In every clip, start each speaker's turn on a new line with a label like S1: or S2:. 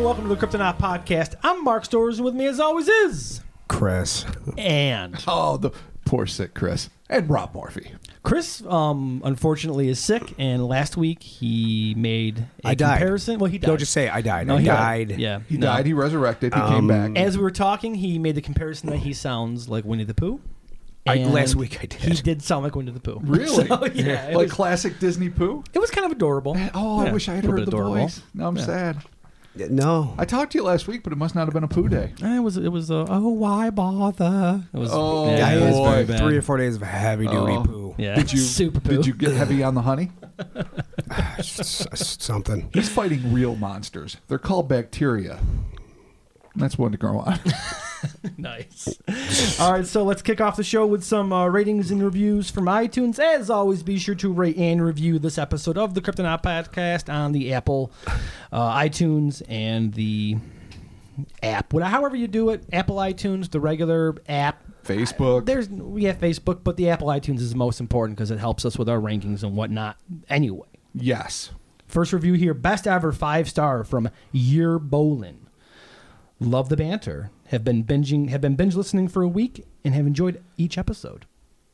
S1: welcome to the Kryptonite Podcast. I'm Mark Storrs, and with me, as always, is
S2: Chris.
S1: and
S3: Oh, the poor sick Chris and Rob Murphy.
S1: Chris. Um, unfortunately, is sick, and last week he made a
S2: I died.
S1: comparison. Well, he died.
S2: Don't just say I died.
S1: No,
S2: I
S1: he
S2: died.
S1: Yeah,
S3: He
S1: no. Um,
S3: died. He resurrected. He came back.
S1: As we were talking, he made the comparison that he sounds like Winnie the Pooh.
S2: I-
S1: and
S2: last week I did.
S1: He did sound like Winnie the Pooh. So,
S3: really?
S1: Oh, yeah. It,
S3: like
S1: was,
S3: classic Disney poo.
S1: it was kind of adorable.
S3: Oh, I
S1: Yeah,
S3: wish I had
S1: a little
S3: heard
S1: bit
S3: the
S1: adorable.
S3: voice. Now I'm sad.
S2: No.
S3: I talked to you last week, but it must not have been a poo day.
S1: Eh, It was. It was. Uh, oh, why bother? It was.
S3: Oh,
S1: yeah,
S2: I
S1: it was
S3: boy.
S1: very bad.
S2: Three or four days of heavy duty
S3: Oh.
S2: poo.
S1: Yeah.
S3: Did you
S1: Super poo.
S3: did you get heavy on the honey?
S2: S- s- Something.
S3: He's fighting real monsters. They're called bacteria. That's one to grow on.
S1: Nice. All right, so let's kick off the show with some uh, ratings and reviews from iTunes. As always, be sure to rate and review this episode of the Kryptonaut Podcast on the Apple, uh, iTunes, and the app. What- However you do it, Apple iTunes, the regular app.
S3: Facebook.
S1: There's we have Facebook, but the Apple iTunes is most important because it helps us with our rankings and whatnot. Anyway,
S3: yes.
S1: first review here: best ever five star from Year Bolin. Love the banter. Have been binging, have been binge listening for a week, and have enjoyed each episode.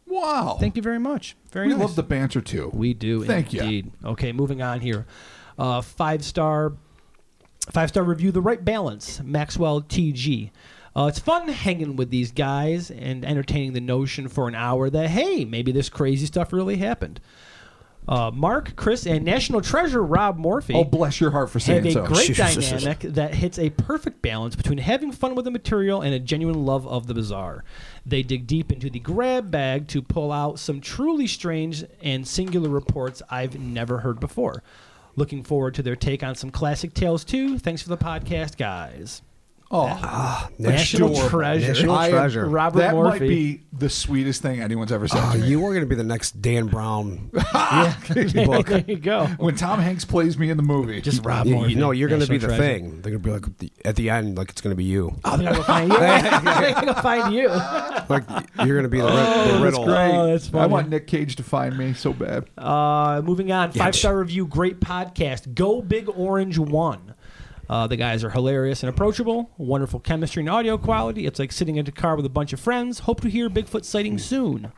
S3: Wow.
S1: Thank you very much. Very
S3: Oh. we
S1: nice.
S3: love the banter too.
S1: we do.
S3: Thank you.
S1: indeed. Okay, moving on here. Uh, five star, five star review. The right balance. Maxwell TG. Uh, it's fun hanging with these guys and entertaining the notion for an hour that hey, maybe this crazy stuff really happened. Uh, Mark, Chris, and National Treasure Rob Morphy
S3: Oh, bless your heart for
S1: have
S3: saying
S1: a
S3: so.
S1: great dynamic that hits a perfect balance between having fun with the material and a genuine love of the bizarre. They dig deep into the grab bag to pull out some truly strange and singular reports I've never heard before. Looking forward to their take on some classic tales too. Thanks for the podcast, guys.
S3: oh,
S1: National
S3: Adorable.
S1: Treasure.
S2: National
S3: I am-
S2: Treasure.
S1: Robert
S3: that
S1: Morphy.
S3: might be the sweetest thing anyone's ever said
S2: Oh,
S3: to me.
S2: you are going to be the next Dan Brown.
S1: there you go.
S3: when Tom Hanks plays me in the movie.
S1: Just Rob
S2: you,
S1: Morphy,
S2: you know, you're going to be the
S1: National Treasure.
S2: thing. They're going to be like the, at the end, like it's going to be you.
S1: Oh, they're gonna find you. they're gonna find you.
S2: Like you're going to be the, ri- the riddle.
S3: great.
S1: Oh, that's
S3: I
S1: funny.
S3: want Nick Cage to find me so bad.
S1: Uh, moving on, five star review, great podcast. Go Big Orange One. Uh, the guys are hilarious and approachable. Wonderful chemistry and audio quality. It's like sitting in a car with a bunch of friends. Hope to hear Bigfoot sighting soon.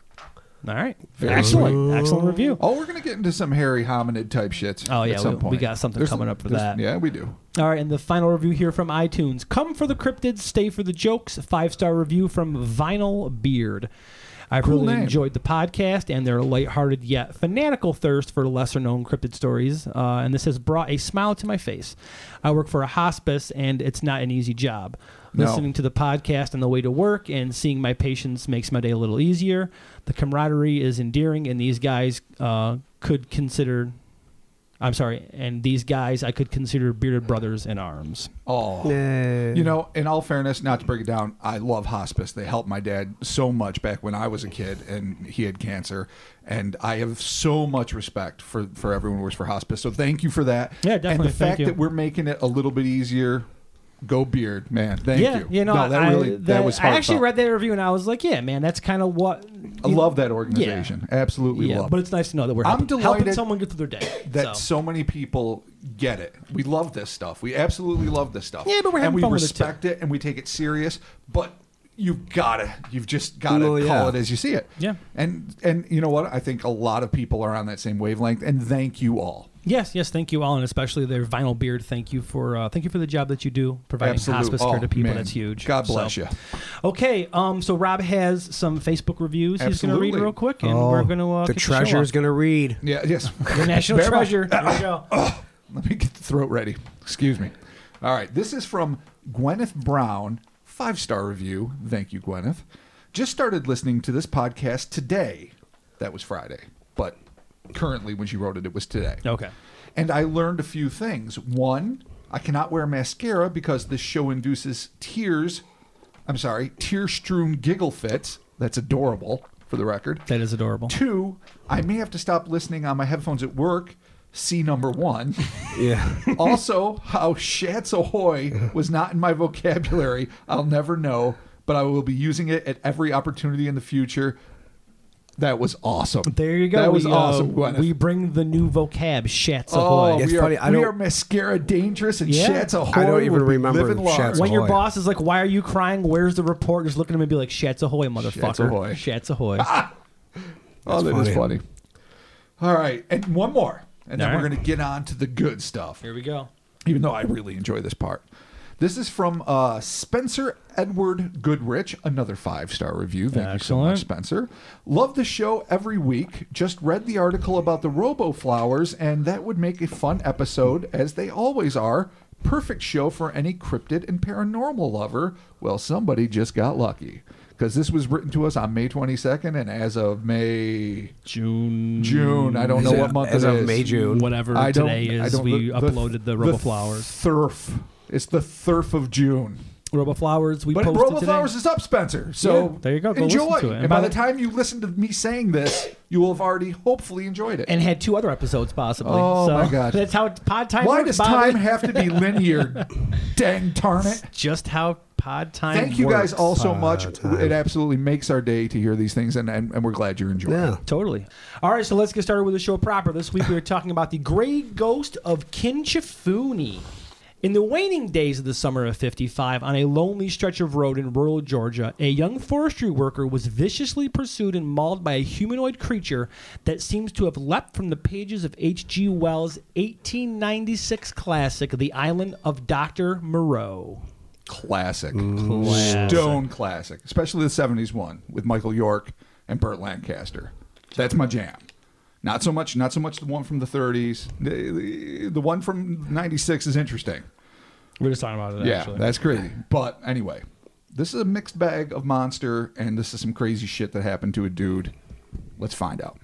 S1: All right,
S3: Hmm. Very
S1: excellent, excellent review.
S3: Oh, we're gonna get into some hairy hominid type shit.
S1: Oh, yeah,
S3: at some
S1: we- we
S3: point.
S1: got something coming up for
S3: there's-
S1: that.
S3: Yeah, we do.
S1: All right, and the final review here from iTunes. Come for the cryptids, stay for the jokes. Five star review from Vinyl Beard. I've
S3: Cool
S1: really
S3: name.
S1: enjoyed the podcast and their lighthearted yet fanatical thirst for lesser known cryptid stories, uh, and this has brought a smile to my face. I work for a hospice, and it's not an easy job.
S3: No.
S1: Listening to the podcast on the way to work and seeing my patients makes my day a little easier. The camaraderie is endearing, and these guys uh, could consider I'm sorry, and these guys I could consider bearded brothers in arms.
S3: Oh, you know, in all fairness, not to break it down, I love hospice. They helped my dad so much back when I was a kid and he had cancer, and I have so much respect for for everyone who works for hospice. So thank you for that.
S1: Yeah,
S3: And
S1: definitely.
S3: the
S1: Thank
S3: fact
S1: you.
S3: that we're making it a little bit easier. Go beard, man. Thank
S1: yeah,
S3: you.
S1: know,
S3: no, that
S1: I,
S3: really that,
S1: that-
S3: was.
S1: I actually
S3: heartfelt.
S1: read that review and I was like, yeah, man, that's kind of what
S3: I love that organization. Absolutely
S1: Yeah,
S3: love.
S1: but it's nice to know that we're
S3: I'm
S1: helping, helping
S3: delighted
S1: someone get through their day.
S3: that so.
S1: so.
S3: many people get it. We love this stuff. We absolutely love this stuff.
S1: Yeah, but we're having
S3: and we
S1: fun with it, too.
S3: respect it, and we take it serious. But you've gotta, you've just gotta
S2: Well, yeah.
S3: call it as you see it.
S1: Yeah.
S3: And and you know what? I think a lot of people are on that same wavelength. And thank you all.
S1: Yes, yes, thank you all, and especially their vinyl beard. Thank you for uh, thank you for the job that you do providing
S3: Absolutely.
S1: hospice
S3: Oh,
S1: care to people.
S3: man.
S1: That's huge.
S3: God bless
S1: So-
S3: you.
S1: Okay, um, so Rob has some Facebook reviews he's going to read
S3: Absolutely.
S1: real quick, and we're going to uh,
S2: Oh, the
S1: kick show
S2: treasure
S1: off.
S2: is going to read.
S3: Yeah. Yes.
S1: the national
S3: Bear my-
S1: treasure. There we go.
S3: Let me get the throat ready. Excuse me. All right. This is from Gwyneth Brown, five star review. Thank you, Gwyneth. Just started listening to this podcast today. That was Friday, but currently when she wrote it, it was today.
S1: Okay.
S3: And I learned a few things. One, I cannot wear mascara because this show induces tears. I'm sorry, tear strewn giggle fits. That's adorable for the record.
S1: That is adorable.
S3: Two, I may have to stop listening on my headphones at work. See number one.
S2: Yeah.
S3: also, how Shats Ahoy was not in my vocabulary, I'll never know, but I will be using it at every opportunity in the future. That was awesome.
S1: There you go.
S3: That was
S1: we, uh,
S3: awesome, Gwyneth.
S1: we bring the new vocab, Shats
S3: oh,
S1: Ahoy.
S2: It's
S3: we,
S2: funny,
S3: are,
S2: I
S3: we
S2: don't-
S3: are mascara dangerous and
S1: Yeah.
S3: Shats Ahoy.
S2: I don't even
S3: will be
S2: remember
S3: living large.
S2: Shats
S1: When your
S2: Ahoy.
S1: boss is like, "Why are you crying? Where's the report?" Just look at him and be like, "Shats Ahoy, motherfucker!
S3: Shats ahoy.
S1: Shats ahoy.
S3: Oh, that is
S2: funny.
S3: funny. All right, and one more, and then
S1: All
S3: we're
S1: right.
S3: going to get on to the good stuff.
S1: Here we go.
S3: Even though I really enjoy this part, this is from uh, Spencer Edward Goodrich, another five star review. Thank you so much,
S1: Excellent.
S3: Spencer. Love the show every week. Just read the article about the Robo Flowers, and that would make a fun episode, as they always are. Perfect show for any cryptid and paranormal lover. Well, somebody just got lucky. Because this was written to us on May 22nd, and as of May
S1: June,
S3: June. I don't
S2: As
S3: know
S2: of-
S3: what month
S2: as
S3: it
S2: of
S3: is.
S2: May, June.
S1: whatever
S3: I don't-
S1: today
S3: I
S1: is,
S3: don't-
S1: we
S3: the- the-
S1: uplointed the, Robo Flowers.
S3: Thirf. It's the thirf of June.
S1: Robo Flowers. We
S3: But
S1: posted
S3: Robo
S1: today.
S3: Flowers is up, Spencer. So
S1: Yeah, there you go. Go listen
S3: enjoy.
S1: to it.
S3: And, by, the time you listen to me saying this, you will have already hopefully enjoyed it.
S1: and had two other episodes possibly.
S3: Oh,
S1: so
S3: my God.
S1: That's how pod time
S3: Why
S1: works.
S3: does
S1: Bobby.
S3: time have to be linear? Dang tarn it.
S1: Just how pod time.
S3: Thank you guys
S1: works.
S3: all so much.
S2: Uh, time.
S3: It absolutely makes our day to hear these things, and, and, and we're glad you're enjoying
S2: Yeah.
S3: it.
S1: Totally. All right, so let's get started with the show proper. This week we are talking about the Grey Ghost of Kinchifuni. In the waning days of the summer of 55, on a lonely stretch of road in rural Georgia, a young forestry worker was viciously pursued and mauled by a humanoid creature that seems to have leapt from the pages of H.G. Wells' 1896 classic, The Island of Dr. Moreau.
S3: Classic. Stone classic. Especially the 70s one with Michael York and Burt Lancaster. That's my jam. Not so much not so much the one from the 30s. The, the one from 96 is interesting.
S1: We were just talking about it,
S3: Yeah,
S1: actually.
S3: that's crazy. But anyway, this is a mixed bag of monster, and this is some crazy shit that happened to a dude. Let's find out.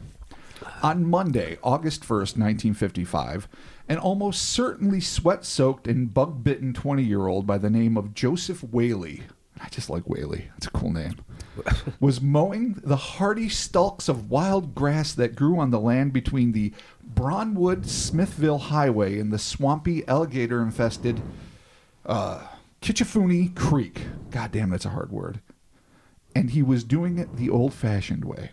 S3: On Monday, August 1st, 1955, an almost certainly sweat soaked and bug bitten 20 year old by the name of Joseph Whaley, I just like Whaley, that's a cool name, was mowing the hardy stalks of wild grass that grew on the land between the Bronwood Smithville Highway and the swampy alligator infested uh, Kitchafuni Creek. God damn, that's a hard word. And he was doing it the old fashioned way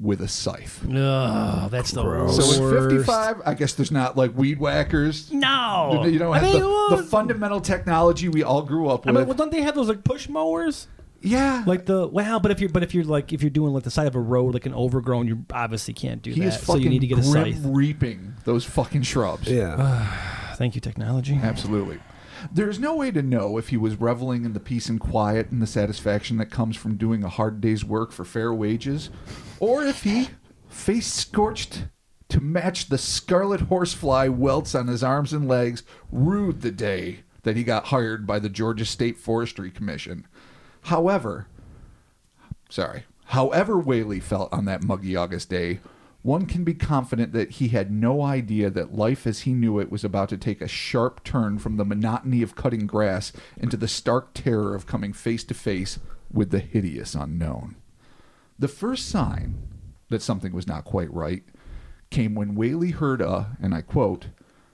S3: with a scythe.
S1: Ugh, that's the worst.
S3: So at 55, I guess there's not like weed whackers.
S1: No.
S3: You don't have
S1: I mean,
S3: the,
S1: well-
S3: the fundamental technology we all grew up
S1: I
S3: with.
S1: mean, well, don't they have those like push mowers?
S3: yeah.
S1: Like the wow, but if you're but if you're like if you're doing like the side of a road like an overgrown, you obviously can't do
S3: he
S1: that.
S3: is
S1: So
S3: fucking
S1: you need to get a
S3: grim
S1: scythe.
S3: reaping those fucking shrubs.
S1: Uh.
S2: Yeah.
S1: Thank you, technology.
S3: Absolutely. There's no way to know if he was reveling in the peace and quiet and the satisfaction that comes from doing a hard day's work for fair wages, or if he, face scorched to match the scarlet horsefly welts on his arms and legs, rued the day that he got hired by the Georgia State Forestry Commission. However, sorry. However, Whaley felt on that muggy August day, one can be confident that he had no idea that life as he knew it was about to take a sharp turn from the monotony of cutting grass into the stark terror of coming face to face with the hideous unknown. The first sign that something was not quite right came when Whaley heard a, and I quote,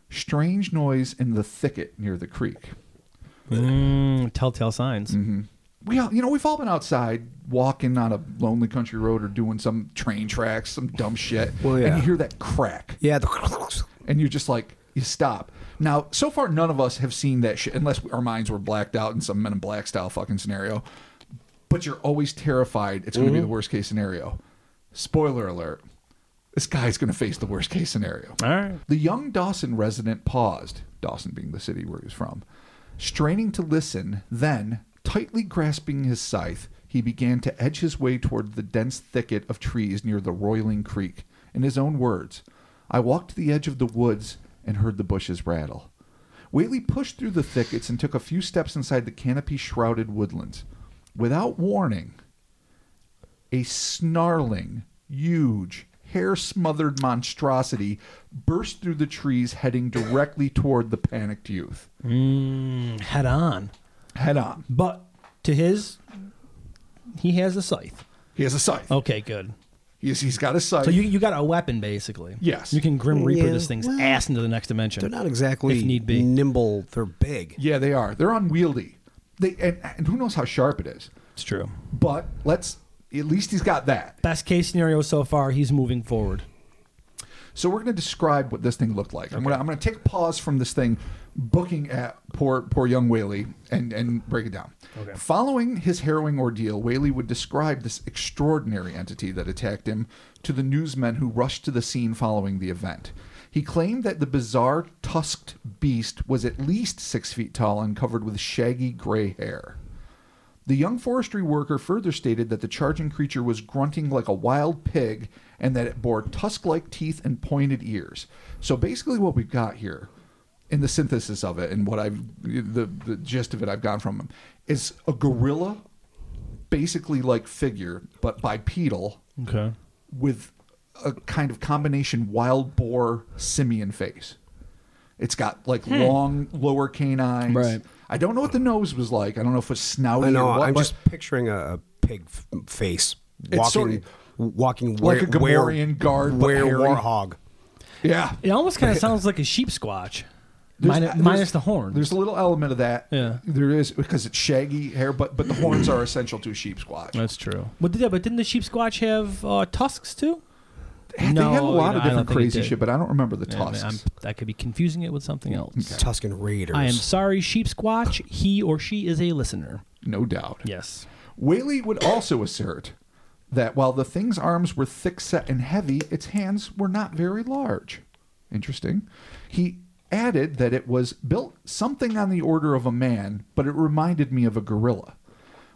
S3: strange noise in the thicket near the creek.
S1: Mm, telltale signs.
S3: Mm-hmm. We all, you know, we've all been outside walking on a lonely country road or doing some train tracks, some dumb shit,
S2: Well,
S3: and
S2: yeah.
S3: you hear that crack,
S2: Yeah.
S3: and you're just like, you stop. Now, so far, none of us have seen that shit, unless our minds were blacked out in some Men in Black style fucking scenario. But you're always terrified it's going
S2: Mm-hmm.
S3: to be the worst case scenario. Spoiler alert: this guy's going to face the worst case scenario.
S1: All right.
S3: The young Dawson resident paused, Dawson being the city where he was from, straining to listen. Then, tightly grasping his scythe, he began to edge his way toward the dense thicket of trees near the roiling creek. In his own words, I walked to the edge of the woods and heard the bushes rattle. Whaley pushed through the thickets and took a few steps inside the canopy shrouded woodlands. Without warning, a snarling, huge, hair smothered monstrosity burst through the trees, heading directly toward the panicked youth.
S1: Mm, head on,
S3: Head on.
S1: but to his, he has a scythe.
S3: He has a scythe.
S1: Okay, good.
S3: He's, he's got a scythe.
S1: Oh. So you you got a weapon basically.
S3: Yes.
S1: You can grim reaper
S2: Yeah,
S1: this thing's
S2: well,
S1: ass into the next dimension.
S2: They're not exactly
S1: If need be.
S2: nimble. They're big.
S3: yeah, they are. They're unwieldy. They and, and who knows how sharp it is.
S1: It's true.
S3: But let's at least he's got that.
S1: Best case scenario so far, he's moving forward.
S3: So we're going to describe what this thing looked like. I'm going to I'm going to take a pause from this thing, booking at poor poor young Whaley, and and break it down.
S1: Okay.
S3: Following his harrowing ordeal, Whaley would describe this extraordinary entity that attacked him to the newsmen who rushed to the scene following the event. He claimed that the bizarre tusked beast was at least six feet tall and covered with shaggy gray hair. The young forestry worker further stated that the charging creature was grunting like a wild pig and that it bore tusk like teeth and pointed ears. So basically, what we've got here in the synthesis of it and what I've, the, the gist of it I've gotten from him is a gorilla, basically like figure, but bipedal
S1: Okay.
S3: with a kind of combination wild boar simian face. It's got like long lower canines.
S1: Right.
S3: I don't know what the nose was like. I don't know if it was snowy.
S2: I know.
S3: Or what,
S2: I'm
S3: but-
S2: just picturing a, a pig f- face
S3: It's
S2: walking,
S3: sort of-
S2: walking
S3: Like
S2: where-
S3: a Gamorrean
S2: where,
S3: guard, but
S2: where
S3: hairy.
S2: warhog.
S3: yeah.
S1: It almost kind of sounds like a sheep squatch,
S3: There's-
S1: minus,
S3: there's-
S1: minus the horn.
S3: There's a little element of that.
S1: Yeah.
S3: There is because it's shaggy hair, but but the horns are essential to a sheep squatch.
S1: That's true. But, did, but didn't the sheep squatch have uh, tusks too?
S3: they had a
S1: No,
S3: lot
S1: I don't
S3: of different
S1: think it
S3: crazy
S1: did.
S3: shit, but I don't remember the
S1: Man,
S3: tusks.
S1: I'm, I could be confusing it with something else.
S2: Tuscan Raiders.
S1: I am sorry, sheep squatch. He or she is a listener.
S3: no doubt.
S1: Yes.
S3: Whaley would also assert that while the thing's arms were thick set and heavy, its hands were not very large. Interesting. He added that it was built something on the order of a man, but it reminded me of a gorilla.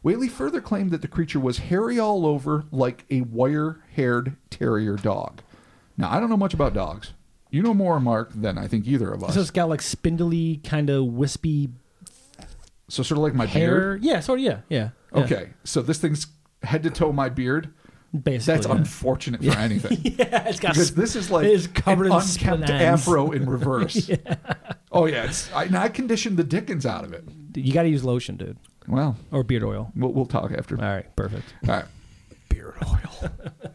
S3: Whaley further claimed that the creature was hairy all over like a wire haired terrier dog. Now, I don't know much about dogs. You know more, Mark, than I think either of us.
S1: So it's got like spindly, kind of wispy
S3: so, sort of like my beard.
S1: hair. Yeah, sort of. Yeah, yeah. yeah.
S3: Okay, so this thing's head to toe my beard.
S1: Basically,
S3: That's
S1: yeah.
S3: unfortunate for anything.
S1: yeah, it's got
S3: because
S1: sp-
S3: this is like
S1: it is covered
S3: an
S1: in
S3: unkempt
S1: spines.
S3: afro in reverse. Oh yeah, it's, I, and I conditioned the Dickens out of it.
S1: You got to use lotion, dude,
S3: Well,
S1: or beard oil.
S3: we'll, we'll talk after.
S1: All right, perfect.
S3: All right.
S2: beard oil.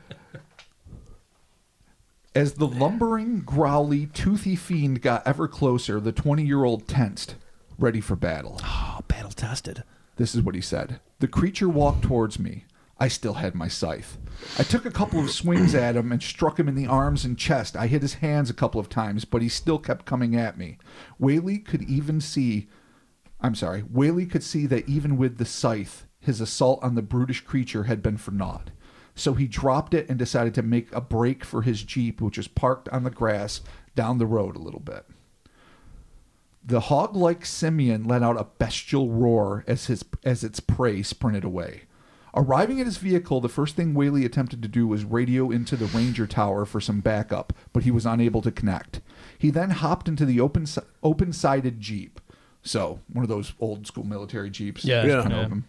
S3: As the lumbering, growly, toothy fiend got ever closer, the twenty-year-old tensed, ready for battle.
S1: Oh, battle tested.
S3: This is what he said. The creature walked towards me. I still had my scythe. I took a couple of swings at him and struck him in the arms and chest. I hit his hands a couple of times, but he still kept coming at me. Whaley could even see I'm sorry, Whaley could see that even with the scythe, his assault on the brutish creature had been for naught. So he dropped it and decided to make a break for his Jeep, which was parked on the grass down the road a little bit. The hog-like simian let out a bestial roar as his as its prey sprinted away. Arriving at his vehicle, the first thing Whaley attempted to do was radio into the ranger tower for some backup, but he was unable to connect. He then hopped into the open si- open-sided jeep, so one of those old school military jeeps,
S1: Yeah,
S3: just
S1: Yeah.
S3: kinda
S1: yeah.
S3: open,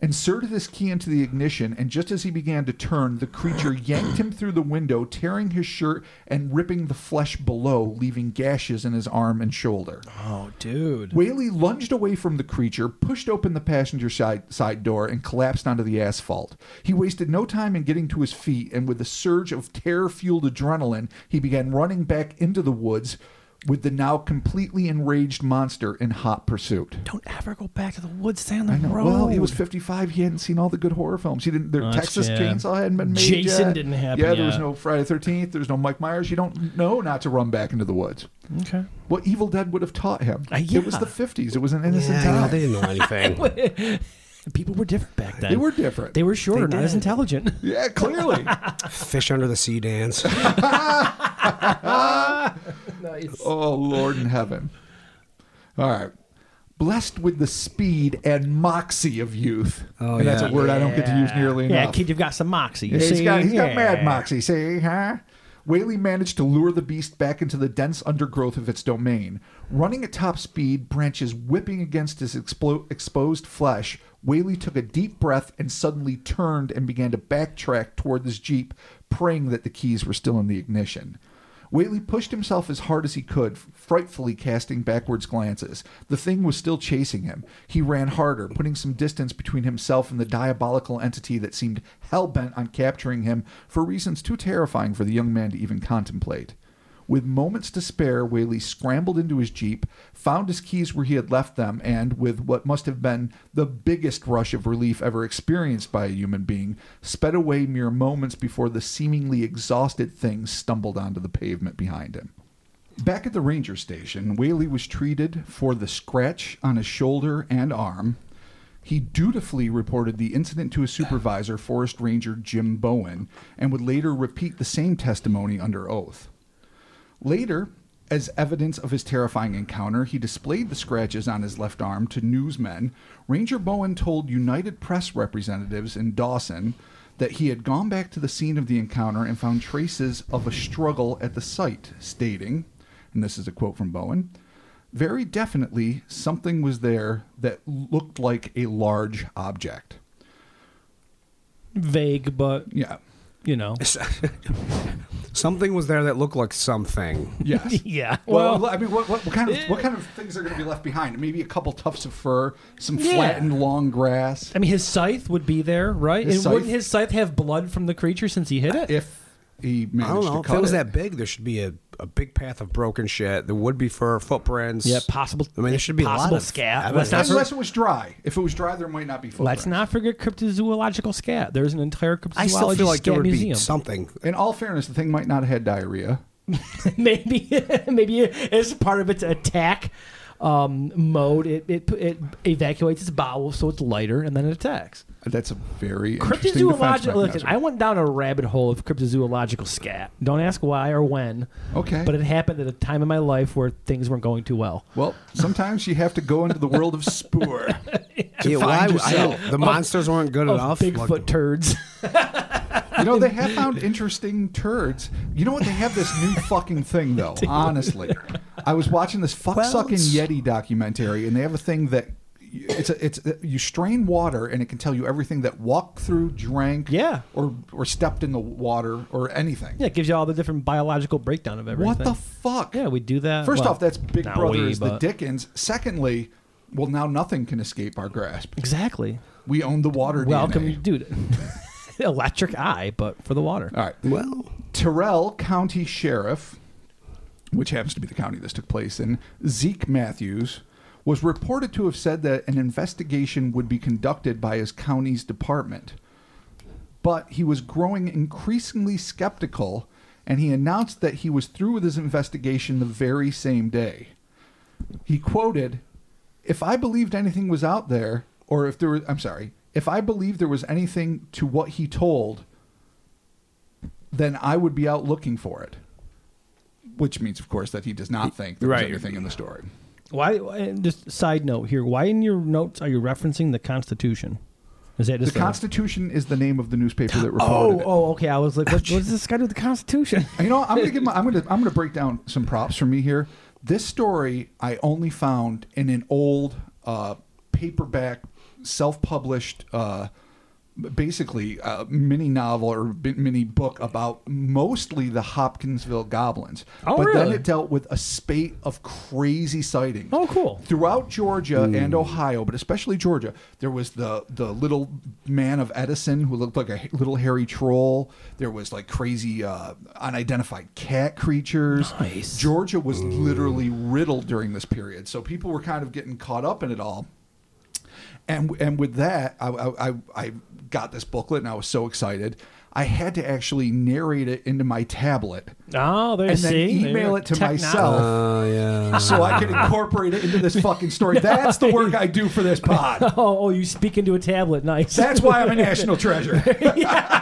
S3: inserted his key into the ignition, and just as he began to turn, the creature yanked him through the window, tearing his shirt and ripping the flesh below, leaving gashes in his arm and shoulder.
S1: Oh, dude.
S3: Whaley lunged away from the creature, pushed open the passenger side, side door, and collapsed onto the asphalt. He wasted no time in getting to his feet, and with a surge of terror fueled adrenaline, he began running back into the woods with the now completely enraged monster in hot pursuit.
S1: Don't ever go back to the woods. Stay on the
S3: I know.
S1: road.
S3: Well, he was 55. He hadn't seen all the good horror films. He didn't. Their
S1: That's-
S3: Texas
S1: yeah.
S3: Chainsaw hadn't been made
S1: Jason
S3: yet.
S1: didn't happen
S3: Yeah, there was
S1: yet.
S3: no Friday 13th. There was no Mike Myers. You don't know not to run back into the woods.
S1: okay.
S3: What Evil Dead would have taught him.
S1: Uh, yeah.
S3: It was the 50s. It was an innocent
S2: Yeah, you know,
S3: time.
S2: they didn't know anything.
S1: People were different back then.
S3: They were different.
S1: They were shorter,
S2: They
S1: not as
S2: did.
S1: intelligent.
S3: yeah, clearly.
S2: Fish under the sea dance.
S3: oh, Lord in heaven. All right. Blessed with the speed and moxie of youth.
S2: Oh,
S3: and that's a
S2: yeah.
S3: word I don't get to use nearly
S1: yeah,
S3: enough.
S1: kid, you've got some moxie. You
S3: Yeah, he's
S1: see?
S3: got, he's got mad
S1: Yeah.
S3: moxie, see, huh? Whaley managed to lure the beast back into the dense undergrowth of its domain. Running at top speed, branches whipping against his explo- exposed flesh, Whaley took a deep breath and suddenly turned and began to backtrack toward his jeep, praying that the keys were still in the ignition. Whaley pushed himself as hard as he could, frightfully casting backwards glances. The thing was still chasing him. He ran harder, putting some distance between himself and the diabolical entity that seemed hell bent on capturing him for reasons too terrifying for the young man to even contemplate. With moments to spare, Whaley scrambled into his Jeep, found his keys where he had left them, and with what must have been the biggest rush of relief ever experienced by a human being, sped away mere moments before the seemingly exhausted thing stumbled onto the pavement behind him. Back at the ranger station, Whaley was treated for the scratch on his shoulder and arm. He dutifully reported the incident to his supervisor, Forest Ranger Jim Bowen, and would later repeat the same testimony under oath. Later, as evidence of his terrifying encounter, he displayed the scratches on his left arm to newsmen. Ranger Bowen told United Press representatives in Dawson that he had gone back to the scene of the encounter and found traces of a struggle at the site, stating, and this is a quote from Bowen, very definitely something was there that looked like a large object.
S1: Vague, but
S3: Yeah.
S1: you know.
S2: Something was there that looked like something.
S3: Yes.
S1: Yeah.
S3: Well,
S1: Well,
S3: I mean, what, what, what kind of
S1: eh.
S3: what kind of things are going to be left behind? Maybe a couple tufts of fur, some
S1: Yeah.
S3: flattened long grass.
S1: I mean, his scythe would be there, right?
S3: His
S1: and
S3: scythe-
S1: wouldn't his scythe have blood from the creature since he hit it?
S3: If he
S2: I
S3: managed
S2: don't know.
S3: to
S2: If
S3: cut
S2: it was
S3: it.
S2: that big, there should be a, a big path of broken shit. There would be fur footprints.
S1: Yeah, possible-
S2: I mean, there should be a lot
S1: possible
S2: of
S1: scat.
S2: evidence.
S1: Let's not-
S3: unless it was dry. If it was dry, there might not be.
S1: Let's
S3: footprints.
S1: not forget cryptozoological scat. There's an entire cryptozoology
S2: I still feel like
S1: scat
S2: there would
S1: museum.
S2: be something.
S3: In all fairness, the thing might not have had diarrhea.
S1: maybe maybe as part of its attack um, mode, it, it it evacuates its bowels so it's lighter and then it attacks.
S3: That's a very interesting defense
S1: Cryptozoological. Listen,
S3: mechanism.
S1: I went down a rabbit hole of cryptozoological scat. Don't ask why or when.
S3: Okay.
S1: But it happened at a time in my life where things weren't going too well.
S3: Well, sometimes you have to go into the world of spoor.
S2: Yeah,
S3: find
S2: why- I-
S3: yourself.
S2: the monsters weren't good
S1: Of
S2: enough.
S1: oh, Bigfoot
S2: Like,
S1: turds.
S3: You know, they have found interesting turds. You know what? They have this new fucking thing, though, honestly. I was watching this fuck sucking
S2: it's-
S3: Yeti documentary, and they have a thing that. It's a, it's a, you strain water and it can tell you everything that walked through, drank,
S1: Yeah.
S3: or or stepped in the water or anything.
S1: yeah, it gives you all the different biological breakdown of everything.
S3: what the fuck?
S1: Yeah, we do that.
S3: First
S1: well,
S3: off, that's Big
S1: not
S3: Brother
S1: we,
S3: is the
S1: but-
S3: Dickens. Secondly, well, now nothing can escape our grasp.
S1: Exactly.
S3: We own the water.
S1: Welcome,
S3: DNA.
S1: dude. Electric eye, but for the water.
S3: All right.
S2: well,
S3: Terrell County Sheriff, which happens to be the county this took place in, Zeke Matthews, was reported to have said that an investigation would be conducted by his county's department. But he was growing increasingly skeptical, and he announced that he was through with his investigation the very same day. He quoted, If I believed anything was out there, or if there was, I'm sorry, if I believed there was anything to what he told, then I would be out looking for it. Which means, of course, that he does not think there was
S2: Right.
S3: anything in the story.
S1: Why? and Just side note here. Why in your notes are you referencing the Constitution? Is that
S3: The
S1: just a-
S3: Constitution is the name of the newspaper that reported
S1: Oh,
S3: it.
S1: oh, okay. I was like, what, what does this guy do with the Constitution?
S3: You know, I'm gonna give my, I'm gonna I'm gonna break down some props for me here. This story I only found in an old uh, paperback, self-published, uh, basically uh, mini novel or bi- mini book about mostly the Hopkinsville goblins.
S1: Oh,
S3: but then
S1: really?
S3: it dealt with a spate of crazy sightings.
S1: Oh, cool.
S3: Throughout Georgia and Ohio, but especially Georgia, there was the the little man of Edison who looked like a little hairy troll. There was like crazy uh, unidentified cat creatures.
S1: Nice.
S3: Georgia was literally riddled during this period, so people were kind of getting caught up in it all. And and with that, I I, I- I got this booklet and I was so excited. I had to actually narrate it into my tablet
S1: Oh, there you
S3: And then
S1: see.
S3: email
S1: There you go.
S3: it to
S1: Technology.
S3: myself.
S2: uh, yeah.
S3: so I could incorporate it into this fucking story. That's the work I do for this pod.
S1: Oh, oh, you speak into a tablet. Nice.
S3: That's why I'm a national treasure.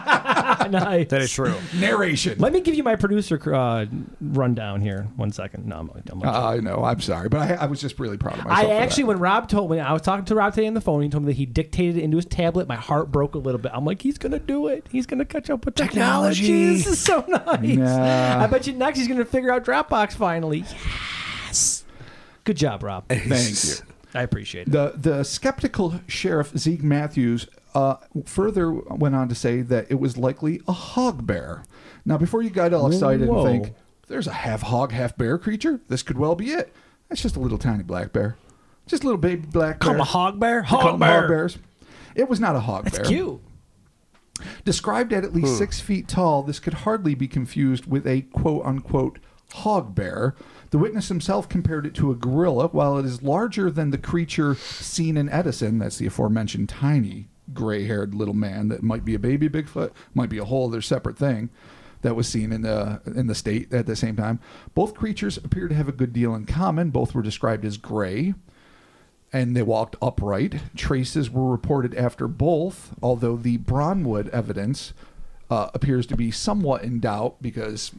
S1: nice.
S2: that is true.
S3: Narration.
S1: Let me give you my producer uh, rundown here. One second. No, I'm, I'm
S3: I know. I'm sorry, but I, I was just really proud of Uh, myself.
S1: I
S3: for that.
S1: actually, when Rob told me, I was talking to Rob today on the phone. He told me that he dictated it into his tablet. My heart broke a little bit. I'm like, he's gonna do it. He's gonna catch up with technology.
S2: Technology.
S1: This is so nice.
S3: Nah.
S1: I bet you next he's gonna figure out Dropbox finally. Yes. Good job, Rob.
S3: Thank you.
S1: I appreciate it.
S3: The the skeptical sheriff Zeke Matthews uh, further went on to say that it was likely a hog bear. Now, before you got all excited
S1: Whoa.
S3: and think there's a half hog, half bear creature, this could well be it. That's just a little tiny black bear, just a little baby black
S1: Call
S3: bear.
S1: him a hog bear.
S3: They call
S1: Hog
S3: them
S1: bear.
S3: hog bears. It was not a hog bear.
S1: It's cute.
S3: Described at at least six feet tall, this could hardly be confused with a quote unquote hog bear. The witness himself compared it to a gorilla. While it is larger than the creature seen in Edison, that's the aforementioned tiny gray haired little man that might be a baby Bigfoot, might be a whole other separate thing that was seen in the in the state at the same time. Both creatures appear to have a good deal in common. Both were described as gray and they walked upright. Traces were reported after both, although the Bronwood evidence uh, appears to be somewhat in doubt because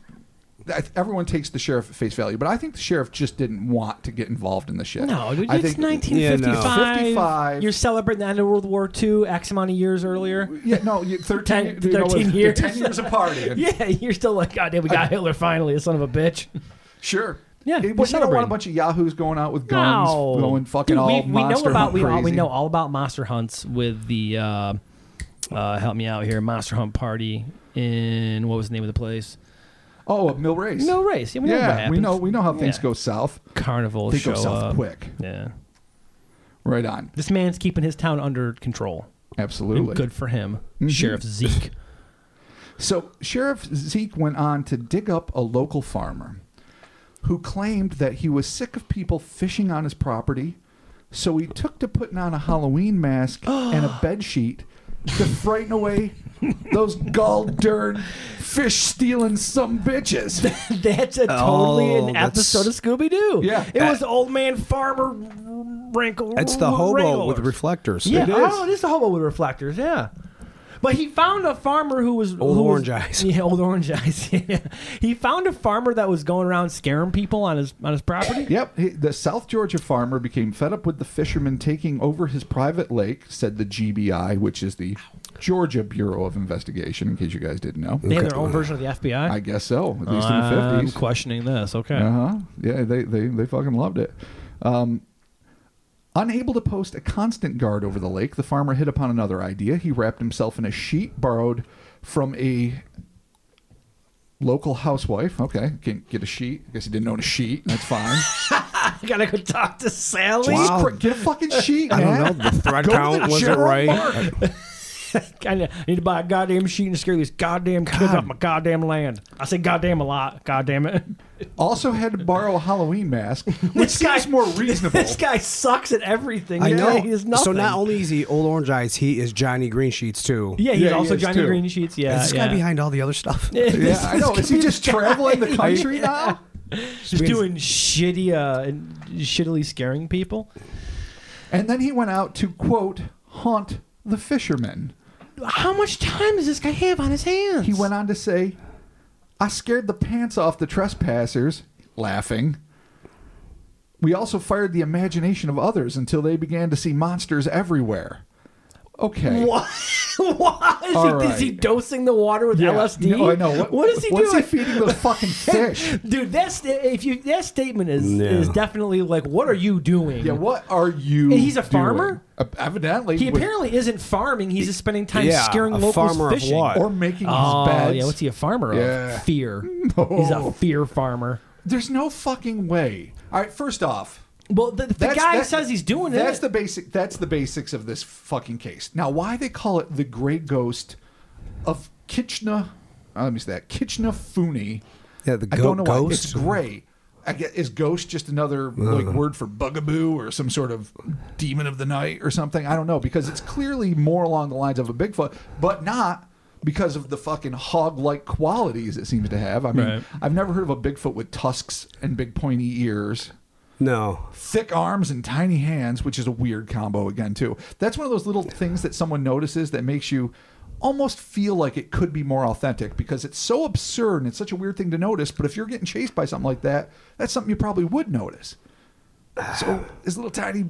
S3: I- everyone takes the sheriff at face value. But I think the sheriff just didn't want to get involved in the shit.
S1: No, dude,
S3: I
S1: it's
S3: think-
S1: 1955.
S3: 55.
S1: You're celebrating the end of World War II X amount of years earlier.
S3: Yeah, no, you- 13,
S1: Ten-
S3: you know,
S1: 13
S3: they're
S1: years.
S3: 10 years apart. Ian.
S1: Yeah, you're still like, God damn, we got Hitler finally, you son of a bitch.
S3: Sure.
S1: Yeah,
S3: It-
S1: we're
S3: but you don't want a
S1: celebrating.
S3: bunch of yahoos going out with guns, going fucking
S1: Dude,
S3: all
S1: we, we know
S3: monster
S1: about
S3: hunt
S1: we, all, we
S3: crazy.
S1: know all about monster hunts with the uh, uh, help me out here monster hunt party in what was the name of the place
S3: Oh, at Mill Race.
S1: no race yeah we know what
S3: yeah,
S1: happens.
S3: we know we know how things
S1: Yeah.
S3: go south.
S1: carnival
S3: They
S1: show uh,
S3: go south
S1: up.
S3: quick.
S1: yeah
S3: Right on.
S1: this man's keeping his town under control And
S3: Absolutely. Mm-hmm.
S1: good for him Sheriff Zeke
S3: So Sheriff Zeke went on to dig up a local farmer who claimed that he was sick of people fishing on his property, so he took to putting on a Halloween mask and a bed sheet to frighten away those gall darn fish stealing some bitches.
S1: that's a totally
S2: Oh,
S1: an
S2: that's-
S1: episode of Scooby Doo
S3: Yeah.
S1: it was
S2: That-
S1: old man farmer wrinkle
S2: It's the hobo with
S1: wranglers.
S2: reflectors.
S1: Yeah,
S3: It is.
S1: oh, it is the hobo with reflectors. Yeah, but he found a farmer who was
S2: Old
S1: who was-
S2: orange eyes.
S1: Yeah, old orange eyes. Yeah, he found a farmer that was going around scaring people on his on his property.
S3: Yep, he- the South Georgia farmer became fed up with the fishermen taking over his private lake, said the GBI, which is the Georgia Bureau of Investigation, in case you guys didn't know.
S1: They had their own version of the FBI.
S3: I guess so, at least in
S1: Uh, I'm
S3: the 50s.
S1: questioning this. Okay,
S3: Uh huh. Yeah, they, they, they fucking loved it. Um, unable to post a constant guard over the lake, the farmer hit upon another idea. He wrapped himself in a sheet borrowed from a local housewife. Okay, can't get a sheet. I guess he didn't own a sheet. That's fine.
S1: I gotta go talk to Sally.
S3: Jesus
S2: Wow.
S3: Christ, get a fucking sheet.
S2: I
S3: man.
S2: don't know. The thread
S3: Go to the
S2: count wasn't
S3: general
S2: right.
S3: market.
S1: I need to buy a goddamn sheet and scare these goddamn kids off my goddamn land. I say goddamn a lot. Goddamn it.
S3: Also had to borrow a Halloween mask, which
S1: This guy-
S3: seems more reasonable.
S1: This guy sucks at everything.
S2: I
S1: Yeah,
S2: know.
S1: He is nothing.
S2: So not only is he old orange eyes, he is Johnny Green Sheets too.
S1: yeah, he's
S3: Yeah, he
S1: also
S3: is
S1: Johnny
S3: too.
S1: Green Sheets. Yeah,
S2: Is this
S1: yeah.
S2: guy behind all the other stuff?
S3: yeah, I know. Is he just traveling the country now?
S1: Just doing shitty uh, and shittily scaring people.
S3: And then he went out to quote haunt the fishermen.
S1: How much time does this guy have on his hands?
S3: He went on to say, "I scared the pants off the trespassers," laughing. We also fired the imagination of others until they began to see monsters everywhere. Okay.
S1: What? Why is,
S3: All
S1: he, is he
S3: right.
S1: dosing the water with
S3: Yeah.
S1: LSD?
S3: No, I know. What,
S1: what is he
S3: what's
S1: doing?
S3: he feeding those fucking fish?
S1: Dude, that's if you that statement is
S2: Yeah.
S1: is definitely like, what are you doing?
S3: Yeah, what are you?
S1: And he's a
S3: doing?
S1: farmer?
S3: Uh, evidently,
S1: he
S3: with-
S1: apparently isn't farming. He's just spending time
S2: Yeah,
S1: scaring
S2: a
S1: locals
S2: farmer of
S1: fishing.
S2: what?
S3: or making
S1: Oh
S3: his beds.
S1: yeah, what's he a farmer
S3: Yeah.
S1: of? Fear. He's a fear farmer.
S3: There's no fucking way. All right, first off,
S1: Well, the, the
S3: that's-
S1: guy
S3: that-
S1: says he's doing
S3: That's
S1: it.
S3: the basic. That's the basics of this fucking case. Now, why they call it the Grey Ghost of Kitchener? uh, Let me say that Kitchener Funi.
S2: Yeah, the
S3: I
S2: go-
S3: don't know why
S2: ghost?
S3: it's gray. I guess, is ghost just another like word for bugaboo or some sort of demon of the night or something? I don't know because it's clearly more along the lines of a Bigfoot, but not because of the fucking hog-like qualities it seems to have. I mean,
S1: Right.
S3: I've never heard of a Bigfoot with tusks and big pointy ears
S2: No.
S3: thick arms and tiny hands, which is a weird combo again too. That's one of those little things that someone notices that makes you almost feel like it could be more authentic because it's so absurd and it's such a weird thing to notice. But if you're getting chased by something like that, that's something you probably would notice. So his little tiny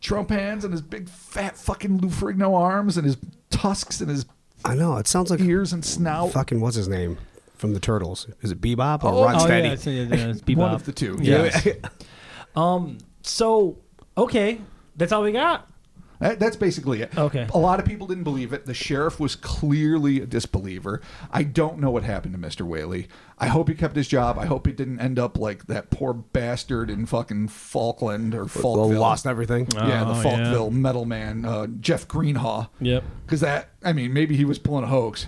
S3: Trump hands and his big fat fucking Lufrigno arms and his tusks and his
S2: I know. It sounds like
S3: ears and snout.
S2: fucking what's his name from the Turtles? Is it Bebop or
S3: Oh,
S2: Rod
S3: oh,
S1: Oh yeah,
S2: Steady?
S1: it's, it's, it's
S3: One
S1: bebop.
S3: of the two.
S1: Yeah.
S3: Yes.
S1: Um. So okay, that's all we got.
S3: That, Uh, that's basically it.
S1: Okay.
S3: A lot of people didn't believe it. The sheriff was clearly a disbeliever. I don't know what happened to Mr. Whaley. I hope he kept his job. I hope he didn't end up like that poor bastard in fucking Falkland or Falkville.
S2: Lost everything.
S3: yeah, the
S1: Oh, yeah.
S3: Falkville metal man, uh, Jeff Greenhaw.
S1: Yep.
S3: Because that, I mean, maybe he was pulling a hoax.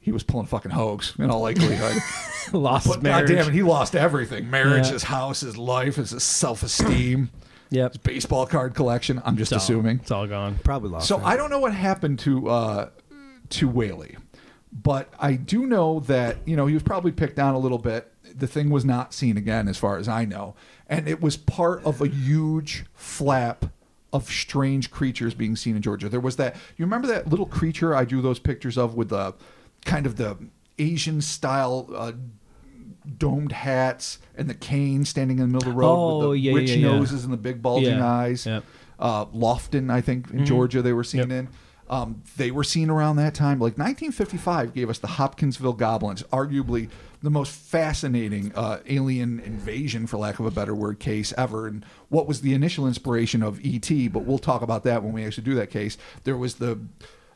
S3: he was pulling fucking hoax in all likelihood.
S1: Lost
S3: but
S1: his marriage.
S3: goddamn it, he lost everything: marriage,
S1: Yeah.
S3: his house, his life, his self-esteem,
S1: Yep.
S3: his baseball card collection. I'm just
S1: It's all-
S3: assuming.
S1: it's all gone.
S2: Probably lost.
S3: So
S2: it.
S3: I don't know what happened to uh, to Whaley, but I do know that you know he was probably picked on a little bit. The thing was not seen again, as far as I know, and it was part of a huge flap of strange creatures being seen in Georgia. There was that. You remember that little creature I drew those pictures of with the kind of the Asian style. Uh, Domed hats and the cane standing in the middle of the road with
S1: Oh,
S3: the
S1: yeah,
S3: rich
S1: yeah, yeah.
S3: noses and the big bulging
S1: Yeah,
S3: eyes
S1: yep.
S3: uh, Lofton, I think, in Georgia, they were seen in. Um, they were seen around that time. Like 1955 gave us the Hopkinsville Goblins, arguably the most fascinating uh, alien invasion, for lack of a better word, case ever. And what was the initial inspiration of E.T., but we'll talk about that when we actually do that case. There was the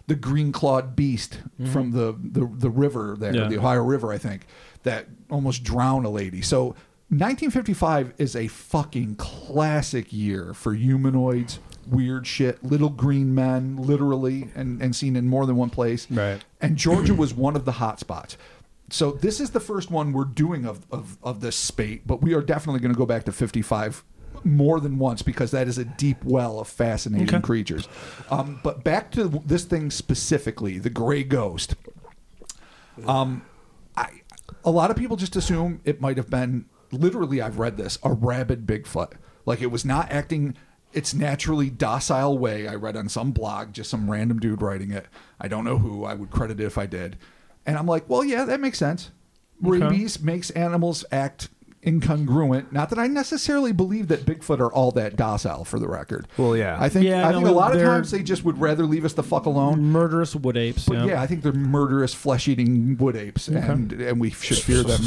S3: the green clawed beast from the, the, the river there,
S1: Yeah.
S3: the Ohio River, I think, that almost drowned a lady. So 1955 is a fucking classic year for humanoids, weird shit, little green men, literally, and, and seen in more than one place.
S1: Right.
S3: And Georgia was one of the hot spots. So this is the first one we're doing of, of, of this spate, but we are definitely going to go back to 55 more than once because that is a deep well of fascinating
S1: Okay.
S3: creatures. Um, but back to this thing specifically, the gray ghost. I, a lot of people just assume it might have been literally. I've read this a rabid Bigfoot, like it was not acting its naturally docile way. I read on some blog, just some random dude writing it. I don't know who. I would credit it if I did. And I'm like, well, yeah, that makes sense.
S1: Okay.
S3: Rabies makes animals act incongruent. Not that I necessarily believe that Bigfoot are all that docile, for the record.
S2: Well, yeah.
S3: I think
S1: Yeah,
S3: I
S1: no,
S3: think a lot of
S1: they're-
S3: times they just would rather leave us the fuck alone.
S1: Murderous wood apes.
S3: But yeah, I think they're murderous, flesh-eating wood apes, and and we should fear them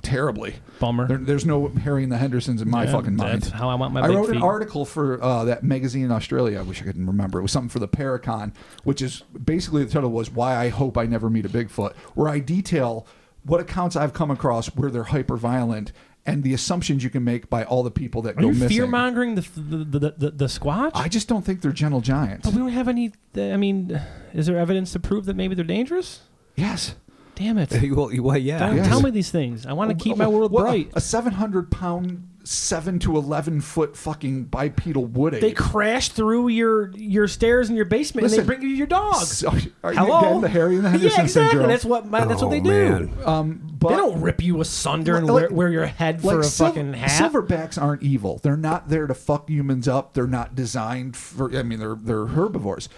S3: terribly.
S1: Bummer.
S3: There- there's no Harry and the Hendersons in my
S1: Yeah,
S3: fucking mind.
S1: that's how I want my
S3: I
S1: big
S3: wrote an
S1: feet.
S3: article for uh, that magazine in Australia. I wish I could remember. It was something for the Paracon, which is basically the title was "Why I Hope I Never Meet a Bigfoot," where I detail what accounts I've come across where they're hyper-violent and the assumptions you can make by all the people that
S1: Are
S3: go
S1: you
S3: missing.
S1: fear mongering the the, the, the the Squatch?
S3: I just don't think they're gentle giants.
S1: Oh, But we don't have any. I mean, is there evidence to prove that maybe they're dangerous?
S3: yes.
S1: Damn it!
S2: Well, you- well, yeah.
S1: Don't
S3: yes.
S1: tell me these things. I want to keep my
S3: Well,
S1: world
S3: well,
S1: bright.
S3: A 700 pound, 7 to 11 foot fucking bipedal wood ape.
S1: They crash through your your stairs in your basement
S3: Listen.
S1: and they bring you your dog.
S3: So- are you
S1: Hello,
S3: getting the Harry and the Henderson
S1: yeah, exactly.
S3: syndrome?
S1: That's what my, that's
S2: Oh,
S1: what they do.
S2: man.
S3: But
S1: They don't rip you asunder and
S3: Like-
S1: wear, wear your head for a
S3: sil-
S1: fucking hat.
S3: Silverbacks aren't evil. They're not there to fuck humans up. They're not designed for. I mean, they're they're herbivores.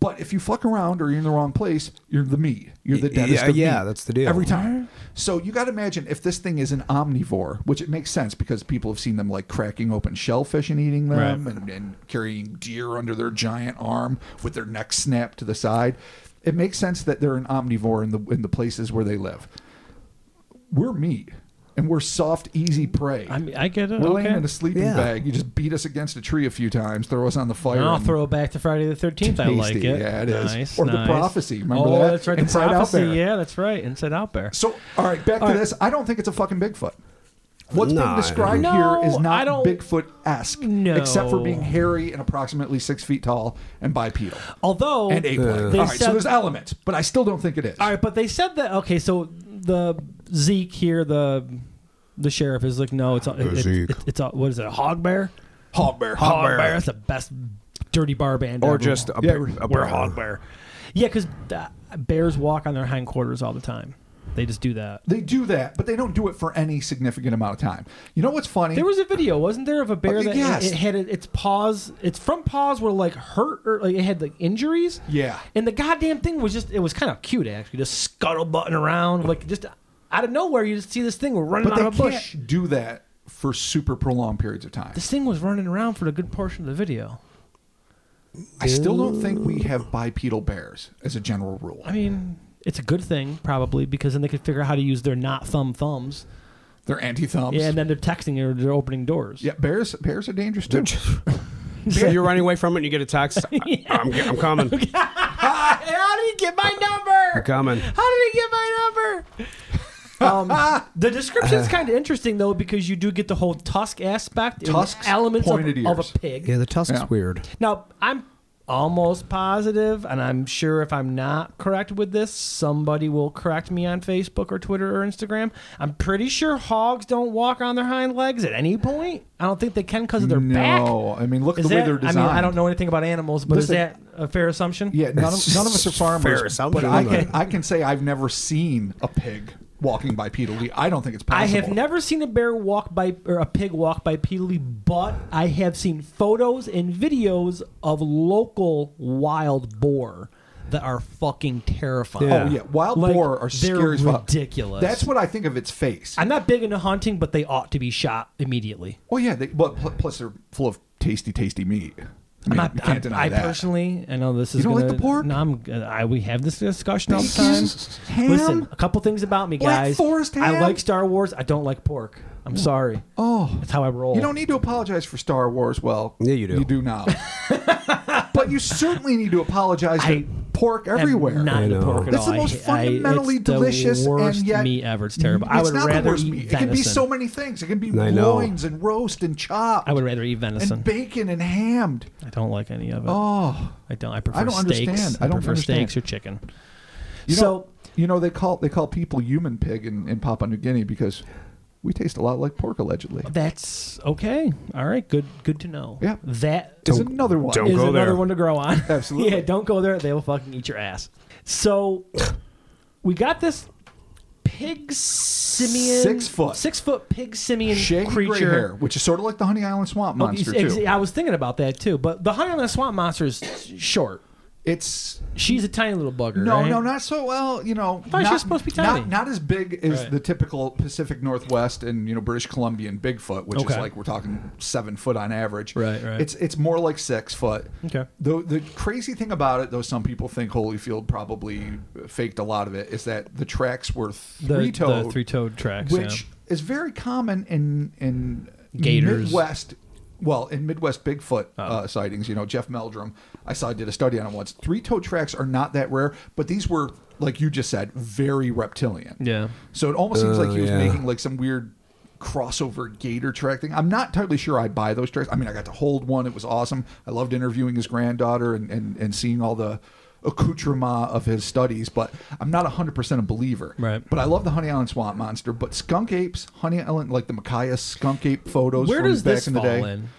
S3: But if you fuck around or you're in the wrong place, you're the meat. You're the
S2: Y- yeah,
S3: deadest of
S2: yeah,
S3: meat
S2: that's the deal.
S3: Every time. So you got to imagine if this thing is an omnivore, which it makes sense because people have seen them like cracking open shellfish and eating them,
S1: Right.
S3: and, and carrying deer under their giant arm with their neck snapped to the side. It makes sense that they're an omnivore in the in the places where they live we're meat and we're soft, easy prey.
S1: I mean, I get it.
S3: we're
S1: okay.
S3: laying in a sleeping
S2: Yeah.
S3: bag. You just beat us against a tree a few times, throw us on the fire.
S1: And I'll
S3: and-
S1: throw it back to Friday the Thirteenth. I like
S3: Tasty.
S1: it.
S3: Yeah, it is.
S1: Nice,
S3: Or The
S1: nice.
S3: Prophecy. Remember
S1: oh,
S3: that?
S1: that's right. The
S3: Inside Out
S1: prophecy.
S3: Bear.
S1: Yeah, that's right. Inside Out Bear.
S3: So, all right, back
S1: All
S3: to
S1: right.
S3: this. I don't think it's a fucking Bigfoot. What's being
S2: No.
S3: described
S1: No,
S3: here is
S1: I
S3: not
S1: don't-
S3: Bigfoot esque,
S1: No.
S3: except for being hairy and approximately six feet tall and bipedal
S1: Although
S3: and ape like.
S1: Oh, they
S3: all right, so
S1: said-
S3: there's elements, but I still don't think it is.
S1: All right, but they said that. Okay, so the Zeke here, the the sheriff is like, no, it's a, it,
S2: Zeke.
S1: it, it's a, what is it? A hog bear?
S3: Hog bear.
S1: Hog bear. That's the best dirty bar band.
S2: Or
S1: ever.
S2: just a,
S3: Yeah,
S2: bear- a
S1: we're
S2: bear.
S1: hog bear. Yeah, because bears walk on their hindquarters all the time. They just do that.
S3: They do that, but they don't do it for any significant amount of time. You know what's funny?
S1: There was a video, wasn't there, of a bear
S3: Oh,
S1: that
S3: yes.
S1: it, it had it, its paws, its front paws were like hurt or like it had like injuries.
S3: Yeah.
S1: And the goddamn thing was just, it was kind of cute actually, just scuttlebutting around, like just out of nowhere, you just see this thing running
S3: but
S1: out
S3: they
S1: of a bush.
S3: can't do that for super prolonged periods of time.
S1: This thing was running around for a good portion of the video.
S3: I still don't think we have bipedal bears as a general rule.
S1: I mean, it's a good thing probably because then they could figure out how to use their not thumb thumbs.
S3: They're anti thumbs.
S1: Yeah, and then they're texting or they're opening doors.
S3: yeah, bears bears are dangerous too.
S2: So you're running away from it and you get a text. I, I'm, I'm coming.
S1: How did he get my number?
S2: I'm coming.
S1: How did he get my number? Um, the description
S3: Uh.
S1: is kind of interesting though because you do get the whole tusk aspect, and
S3: Tusks,
S1: elements of,
S3: pointed
S1: of
S3: ears.
S1: a pig.
S2: Yeah, the tusk's
S3: Yeah.
S2: weird.
S1: Now I'm almost positive, and I'm sure if I'm not correct with this, somebody will correct me on Facebook or Twitter or Instagram. I'm pretty sure hogs don't walk on their hind legs at any point. I don't think they can because of their back.
S3: No, I mean, look at
S1: Is
S3: the way
S1: that-
S3: they're
S1: I mean, I
S3: designed.
S1: don't know anything about animals, but
S3: Listen-
S1: is that a fair assumption?
S3: Yeah, none of, none of us are
S2: Fair
S3: farmers,
S2: assumption,
S3: but I
S2: but-
S3: can, I can say I've never seen a pig walking bipedally. I don't think it's possible.
S1: I have never seen a bear walk by or a pig walk bipedally, but I have seen photos and videos of local wild boar that are fucking terrifying.
S2: Yeah.
S3: Oh yeah, wild
S1: Like,
S3: boar are
S1: they're
S3: scary as fuck.
S1: ridiculous.
S3: That's what I think of its face.
S1: I'm not big into hunting, but they ought to be shot immediately.
S3: well, yeah, they, but pl- plus they're full of tasty, tasty meat. I mean,
S1: I'm
S3: you
S1: not,
S3: can't
S1: I,
S3: deny
S1: I
S3: that.
S1: personally, I know this is
S3: You don't like
S1: gonna,
S3: the pork?
S1: No, I'm. uh, I we have this discussion all the time.
S3: Bacon? Ham?
S1: Listen, a couple things about me,
S3: Black
S1: guys.
S3: Forest ham?
S1: I like Star Wars. I don't like pork. I'm sorry.
S3: Oh.
S1: that's how I roll.
S3: You don't need to apologize for Star Wars. Well,
S2: Yeah, you do.
S3: You do now. but you certainly need to apologize
S1: I
S3: to pork
S1: am
S3: everywhere.
S1: Not into
S2: know.
S1: pork at
S3: That's
S1: all.
S3: the most
S1: I- I-
S3: fundamentally
S1: it's
S3: delicious
S1: the worst
S3: and yet
S1: meat ever. It's terrible. I
S3: It's
S1: would
S3: not the
S1: rather
S3: worst
S1: eat
S3: meat.
S1: venison.
S3: It can be so many things. It can be
S2: I know.
S3: loins and roast and chopped.
S1: I would rather eat venison.
S3: and bacon and hammed.
S1: I don't like any of it.
S3: Oh,
S1: I don't. I prefer
S3: I don't
S1: steaks.
S3: understand. I don't
S1: prefer
S3: understand.
S1: steaks or chicken.
S3: you know,
S1: so
S3: you know they call they call people human pig in, in Papua New Guinea because we taste a lot like pork allegedly.
S1: that's okay. All right. Good. Good to know.
S3: Yeah.
S1: That
S3: It's another one.
S2: don't
S1: is
S2: go
S1: another
S2: there.
S1: one to grow on.
S3: Absolutely.
S1: yeah, don't go there. They will fucking eat your ass. So we got this pig simian
S3: Six foot.
S1: six foot pig simian
S3: Shaggy
S1: creature.
S3: gray hair, which is sort of like the Honey Island Swamp
S1: Oh,
S3: Monster
S1: ex-
S3: too.
S1: I was thinking about that too, but the honey on the swamp monster is short.
S3: It's
S1: She's a tiny little bugger.
S3: no,
S1: right?
S3: no, not so well. You know,
S1: thought she
S3: not,
S1: was supposed to be
S3: not-
S1: tiny.
S3: Not, as big as
S1: Right.
S3: the typical Pacific Northwest and you know British Columbian Bigfoot, which is
S1: Okay.
S3: like we're talking seven foot on average.
S1: Right, right.
S3: It's it's more like six foot.
S1: Okay.
S3: Though the crazy thing about it, though, some people think Holyfield probably faked a lot of it, is that the tracks were
S1: The,
S3: three toed,
S1: the three-toed tracks.
S3: which
S1: yeah.
S3: is very common in in
S1: Gators. Oh.
S3: Midwest. Well, in Midwest Bigfoot uh, sightings, you know Jeff Meldrum, I saw did a study on it once. Three toed tracks are not that rare, but these were like you just said, very reptilian.
S1: Yeah.
S3: So it almost seems like he was
S2: yeah.
S3: making like some weird crossover gator track thing. I'm not totally sure I buy those tracks. I mean, I got to hold one; it was awesome. I loved interviewing his granddaughter and and, and seeing all the accoutrement of his studies, but I'm not 100% a believer.
S1: Right.
S3: But I love the Honey Island Swamp Monster. But skunk apes, Honey Island, like the Micaiah skunk ape photos
S1: Where
S3: from
S1: does
S3: back
S1: this
S3: in the
S1: fall
S3: day.
S1: in?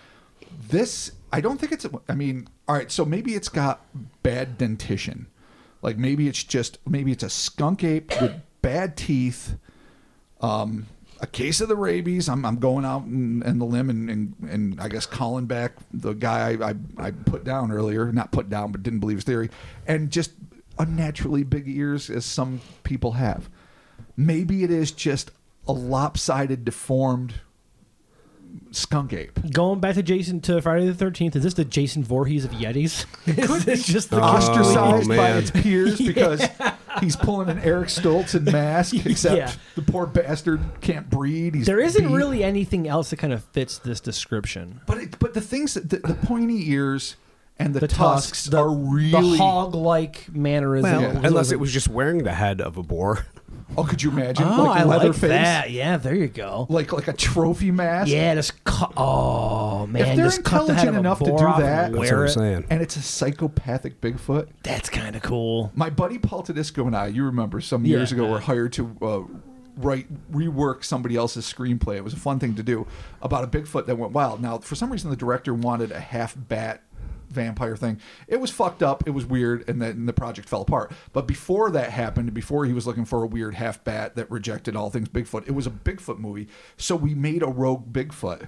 S3: This, I don't think it's. I mean, all right. So maybe it's got bad dentition. Like maybe it's just maybe it's a skunk ape with bad teeth. Um, a case of the rabies. I'm, I'm going out and, and the limb and, and and I guess calling back the guy I, I I put down earlier. Not put down, but didn't believe his theory. And just unnaturally big ears, as some people have. Maybe it is just a lopsided, deformed skunk ape.
S1: Going back to Jason to Friday the Thirteenth, is this the Jason Voorhees of Yetis? is this just the
S3: ostracized
S2: Oh,
S3: by
S2: man.
S3: its peers because he's pulling an Eric Stoltz in mask, except
S1: Yeah.
S3: the poor bastard can't breathe. He's
S1: There isn't
S3: beat.
S1: really anything else that kind of fits this description.
S3: but it, but the things that the, the pointy ears and the,
S1: The
S3: tusks,
S1: tusks, the,
S3: are
S1: the
S3: really.
S1: hog-like mannerism.
S2: Well,
S3: Yeah.
S2: unless it was just wearing the head of a boar.
S3: oh, could you imagine?
S1: oh,
S3: like
S1: I
S3: leather
S1: like
S3: face,
S1: that. Yeah, there you go.
S3: like like a trophy mask.
S1: Yeah, just cut. Oh man,
S3: if they're
S1: just cut the head
S3: intelligent
S1: of a
S3: enough to
S1: boar
S3: do
S1: off and
S3: that,
S2: That's
S1: wear
S2: what I'm
S1: it.
S2: saying.
S3: and it's a psychopathic Bigfoot.
S1: That's kind of cool.
S3: My buddy Paul Tedisco and I, you remember some
S1: Yeah.
S3: years ago, were hired to uh, write, rework somebody else's screenplay. It was a fun thing to do about a Bigfoot that went wild. Now, for some reason, the director wanted a half bat vampire thing. It was fucked up. It was weird, and then the project fell apart. But before that happened, before he was looking for a weird half bat that rejected all things Bigfoot, it was a Bigfoot movie. So we made a rogue Bigfoot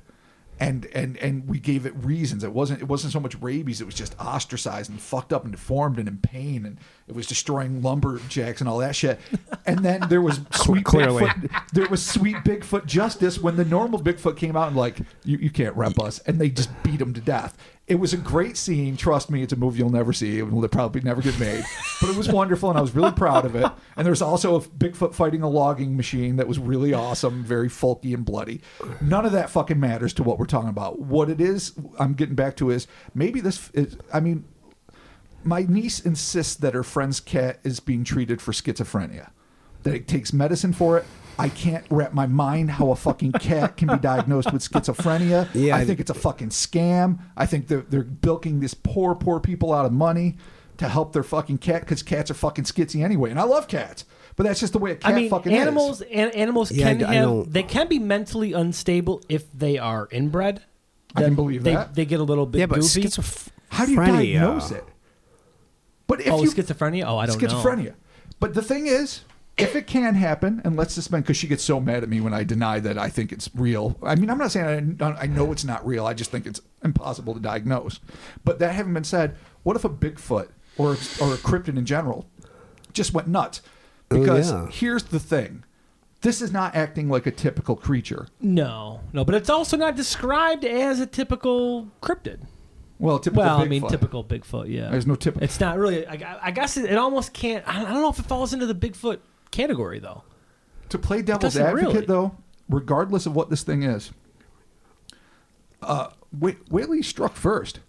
S3: and and and we gave it reasons. It wasn't it wasn't so much rabies. It was just ostracized and fucked up and deformed and in pain, and it was destroying lumberjacks and all that shit. And then there was sweet
S2: clearly.
S3: Bigfoot, there was sweet Bigfoot justice when the normal Bigfoot came out and like you you can't rep us, and they just beat him to death. It was a great scene. Trust me, it's a movie you'll never see. It will probably never get made, but it was wonderful, and I was really proud of it. And there's also a Bigfoot fighting a logging machine that was really awesome, very folky and bloody. None of that fucking matters to what we're talking about. What it is, I'm getting back to is maybe this. Is, I mean, my niece insists that her friend's cat is being treated for schizophrenia, that it takes medicine for it. I can't wrap my mind how a fucking cat can be diagnosed with schizophrenia.
S2: Yeah,
S3: I
S2: I-
S3: think it's a fucking scam. I think they're, they're bilking this poor, poor people out of money to help their fucking cat because cats are fucking skitsy anyway. And I love cats, but that's just the way a cat
S1: I mean,
S3: fucking
S1: animals
S3: is.
S1: an- animals
S2: Yeah, I
S1: can
S2: d- I
S1: have
S2: don't-
S1: they can be mentally unstable if they are inbred.
S3: I can
S1: Then
S3: believe
S1: they,
S3: that.
S1: They get a little bit
S2: Yeah, but uh,
S1: goofy.
S2: schizophrenia.
S3: How do you diagnose it? But if
S1: oh,
S3: you
S1: schizophrenia. Oh, I don't know.
S3: schizophrenia. But the thing is, if it can happen, and let's suspend because she gets so mad at me when I deny that I think it's real. I mean, I'm not saying I, I know it's not real. I just think it's impossible to diagnose. But that having been said, what if a Bigfoot or or a cryptid in general just went nuts? Because
S2: yeah.
S3: here's the thing. This is not acting like a typical creature.
S1: No, no, but it's also not described as a typical cryptid.
S3: Well, a typical
S1: Well, I
S3: Bigfoot.
S1: mean, typical Bigfoot. Yeah,
S3: There's no typical.
S1: It's not really. I, I guess it, it almost can't. I don't I don't know if it falls into the Bigfoot category though.
S3: to play devil's
S1: doesn't
S3: advocate
S1: really.
S3: though regardless of what this thing is uh Wh- whaley struck first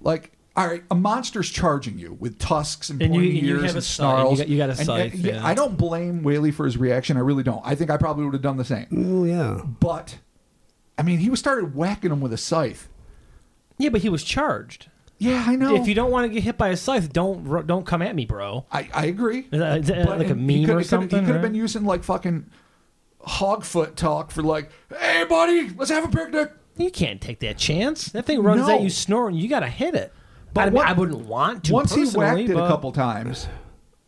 S3: like all right a monster's charging you with tusks and,
S1: And you-
S3: pointy
S1: and you
S3: ears
S1: have a
S3: and
S1: scythe, and you
S3: snarls
S1: got- you got a
S3: And, uh,
S1: scythe,
S3: yeah,
S1: yeah.
S3: i don't blame whaley for his reaction i really don't i think i probably would have done the same
S2: Oh yeah.
S3: but i mean he was started whacking him with a scythe
S1: Yeah, but he was charged.
S3: yeah i know
S1: If you don't want to get hit by a scythe, don't ru- don't come at me, bro.
S3: I, I agree.
S1: Is that- is that like a
S3: he
S1: meme
S3: could-
S1: or
S3: he could-
S1: something,
S3: He could have
S1: right?
S3: been using like fucking hogfoot talk for like, "Hey, buddy, let's have a picnic."
S1: You can't take that chance. That thing runs
S3: No.
S1: at you snoring. You got to hit it.
S3: But
S1: I, mean,
S3: what-
S1: I wouldn't want to.
S3: Once he
S1: personally,
S3: whacked it a
S1: but-
S3: couple times,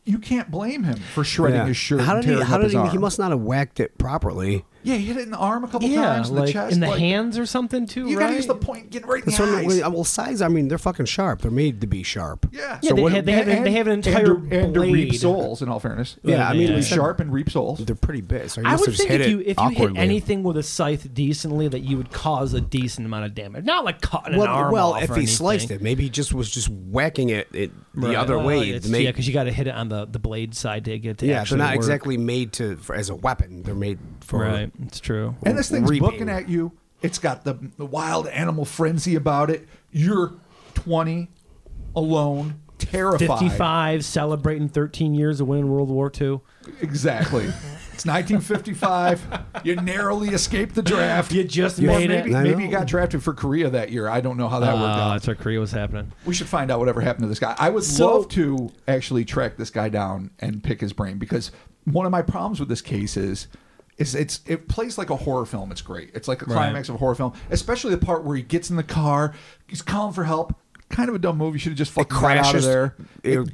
S3: you can't blame him for shredding
S2: Yeah.
S3: his shirt.
S2: How
S3: and
S2: did he?
S3: tearing
S2: How
S3: up
S2: did
S3: his
S2: he?
S3: Arm.
S2: He must not have whacked it properly.
S3: Yeah, he hit it in the arm a couple
S1: Yeah,
S3: times, in
S1: like
S3: the chest,
S1: in the
S3: like,
S1: hands or something too.
S3: You
S1: right?
S3: gotta use the point, get right in
S2: That's
S3: the
S2: what I'm-
S3: eyes.
S2: well, well, sides. I mean, they're fucking sharp. They're made to be sharp.
S3: yeah,
S1: Yeah, they had- they have-
S3: and-
S1: they have an
S3: and
S1: entire
S3: to- and, to reap
S1: blade.
S3: souls. In all fairness,
S2: Yeah, I mean,
S1: Yeah.
S3: to be
S2: like I said,
S3: sharp and reap souls.
S2: They're pretty big. So he
S1: I
S2: must
S1: would
S2: have just
S1: think
S2: hit
S1: if
S2: it
S1: you if you
S2: awkwardly.
S1: hit anything with a scythe decently, that you would cause a decent amount of damage. Not like cutting an
S2: Well,
S1: arm
S2: well,
S1: off
S2: if
S1: or
S2: he sliced
S1: anything.
S2: it, maybe he just was just whacking it, it the
S1: Right.
S2: other
S1: Well,
S2: way.
S1: it's-
S2: To make,
S1: yeah, because you got to hit it on the, the blade side to get it to
S2: yeah, they're
S1: actually
S2: not
S1: work.
S2: exactly made to for, as a weapon. They're made for
S1: right. It's true.
S3: and this thing's
S2: reaping.
S3: looking at you. It's got the, the wild animal frenzy about it. You're 20, alone, terrified.
S1: Fifty five, celebrating thirteen years of winning World War II.
S3: Exactly. It's 1955. you narrowly escaped the draft.
S1: You just
S3: Or
S1: made
S3: maybe,
S1: it.
S2: I
S3: maybe you
S2: know.
S3: got drafted for Korea that year. I don't know how that worked
S1: Ah,
S3: out.
S1: that's what Korea was happening.
S3: We should find out whatever happened to this guy. I would
S1: So-
S3: love to actually track this guy down and pick his brain because one of my problems with this case is is it's it plays like a horror film. It's great. It's like a climax of a horror film, especially the part where he gets in the car, he's calling for help. Kind of a dumb movie. You Should have just fucking got out of
S2: crashes-
S3: there. It,
S2: it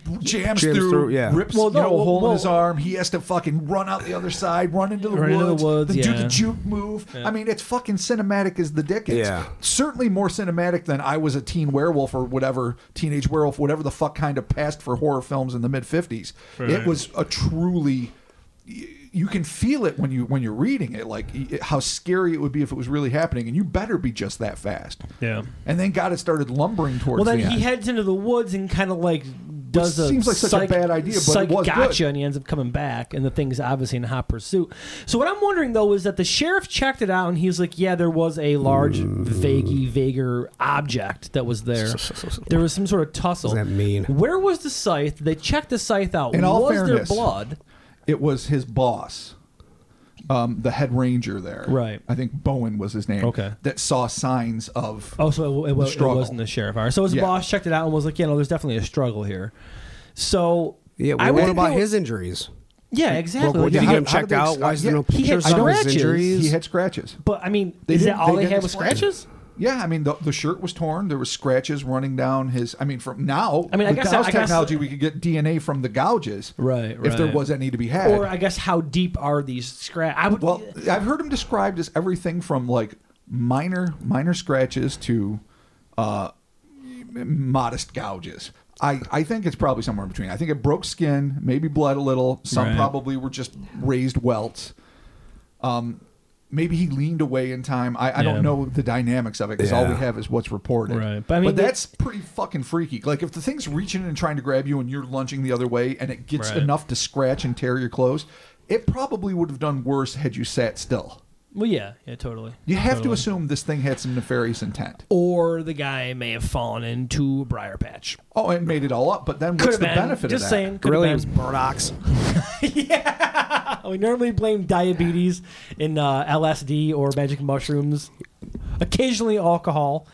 S2: jams
S3: jams, through,
S2: through, yeah.
S3: rips
S1: Well,
S3: you know,
S1: no,
S3: a hole
S1: well-
S3: in his arm. He has to fucking run out the other side, run into the
S1: Run
S3: woods,
S1: into the woods,
S3: then do
S1: yeah.
S3: the juke move. I mean, it's fucking cinematic as the dick is
S2: Yeah.
S3: certainly more cinematic than I was a teen werewolf or whatever teenage werewolf, whatever the fuck kind of passed for horror films in the mid '50s. It was a truly y- you can feel it when you when you're reading it, like y- how scary it would be if it was really happening, and you better be just that fast.
S1: Yeah.
S3: And then God, it started lumbering towards
S1: Well, then
S3: the
S1: he
S3: end.
S1: heads into the woods and kind of like does
S3: Which
S1: a
S3: seems like such a
S1: psych-
S3: bad idea, but it
S1: psych
S3: was good.
S1: gotcha, and he ends up coming back, and the thing's obviously in hot pursuit. So what I'm wondering though is that the sheriff checked it out, and he's like, "Yeah, there was a large, vaguey, vaguer object that was there. there was some sort of tussle.
S2: What does that mean?
S1: Where was the scythe? They checked the scythe out.
S3: In all
S1: was
S3: fairness-
S1: there blood?
S3: it was his boss, um, the head ranger there,
S1: Right.
S3: I think Bowen was his name.
S1: Okay.
S3: that saw signs of
S1: Oh, so it, it, wa-
S3: The
S1: it
S3: struggle.
S1: wasn't the sheriff. All right. So his
S3: Yeah.
S1: boss checked it out and was like, "Yeah, no, there's definitely a struggle here." So
S2: Yeah, well,
S1: I would
S2: what
S1: think
S2: about
S1: they were-
S2: his injuries?
S1: Yeah, exactly.
S2: Well,
S1: Like,
S2: did
S1: you
S2: he
S3: how-
S2: get him
S3: how
S2: checked
S3: did they
S2: out?
S3: ex-
S2: Why is there
S3: yeah,
S2: no
S1: he had
S2: pictures of his
S1: scratches.
S2: injuries?
S3: he had scratches.
S1: But I mean,
S3: They
S1: is that
S3: didn't-
S1: all
S3: they
S1: they, had
S3: didn't
S1: was
S3: explain it.
S1: scratches?
S3: Yeah, I mean the, the shirt was torn. There were scratches running down his. I mean, from now,
S1: I mean, I
S3: with
S1: guess-
S3: gouge
S1: I guess-
S3: technology, we could get DNA from the gouges,
S1: Right,
S3: If there
S1: right.
S3: was any to be had.
S1: Or I guess how deep are these scratch? I would.
S3: well, I've heard him described as everything from like minor minor scratches to uh, modest gouges. I, I think it's probably somewhere in between. I think it broke skin, maybe bled a little. Some
S1: Right.
S3: probably were just raised welts. Um, maybe he leaned away in time. I, I
S1: Yeah.
S3: don't know the dynamics of it because all we
S2: Yeah.
S3: have is what's reported.
S1: Right. But I mean, the-
S3: that's pretty fucking freaky. Like if the thing's reaching and trying to grab you and you're lunging the other way and it gets
S1: Right.
S3: enough to scratch and tear your clothes, it probably would have done worse had you sat still.
S1: Well, yeah, yeah, totally.
S3: You have to
S1: Totally.
S3: assume this thing had some nefarious intent.
S1: Or the guy may have fallen into a briar patch.
S3: Oh, and made it all up. But then what's
S1: Could've
S3: the
S1: been.
S3: benefit
S1: Just
S3: of that?
S1: saying. Could've
S2: Really, it
S1: been.
S2: was Murdoch's.
S1: We normally blame diabetes and uh, LSD or magic mushrooms, occasionally alcohol,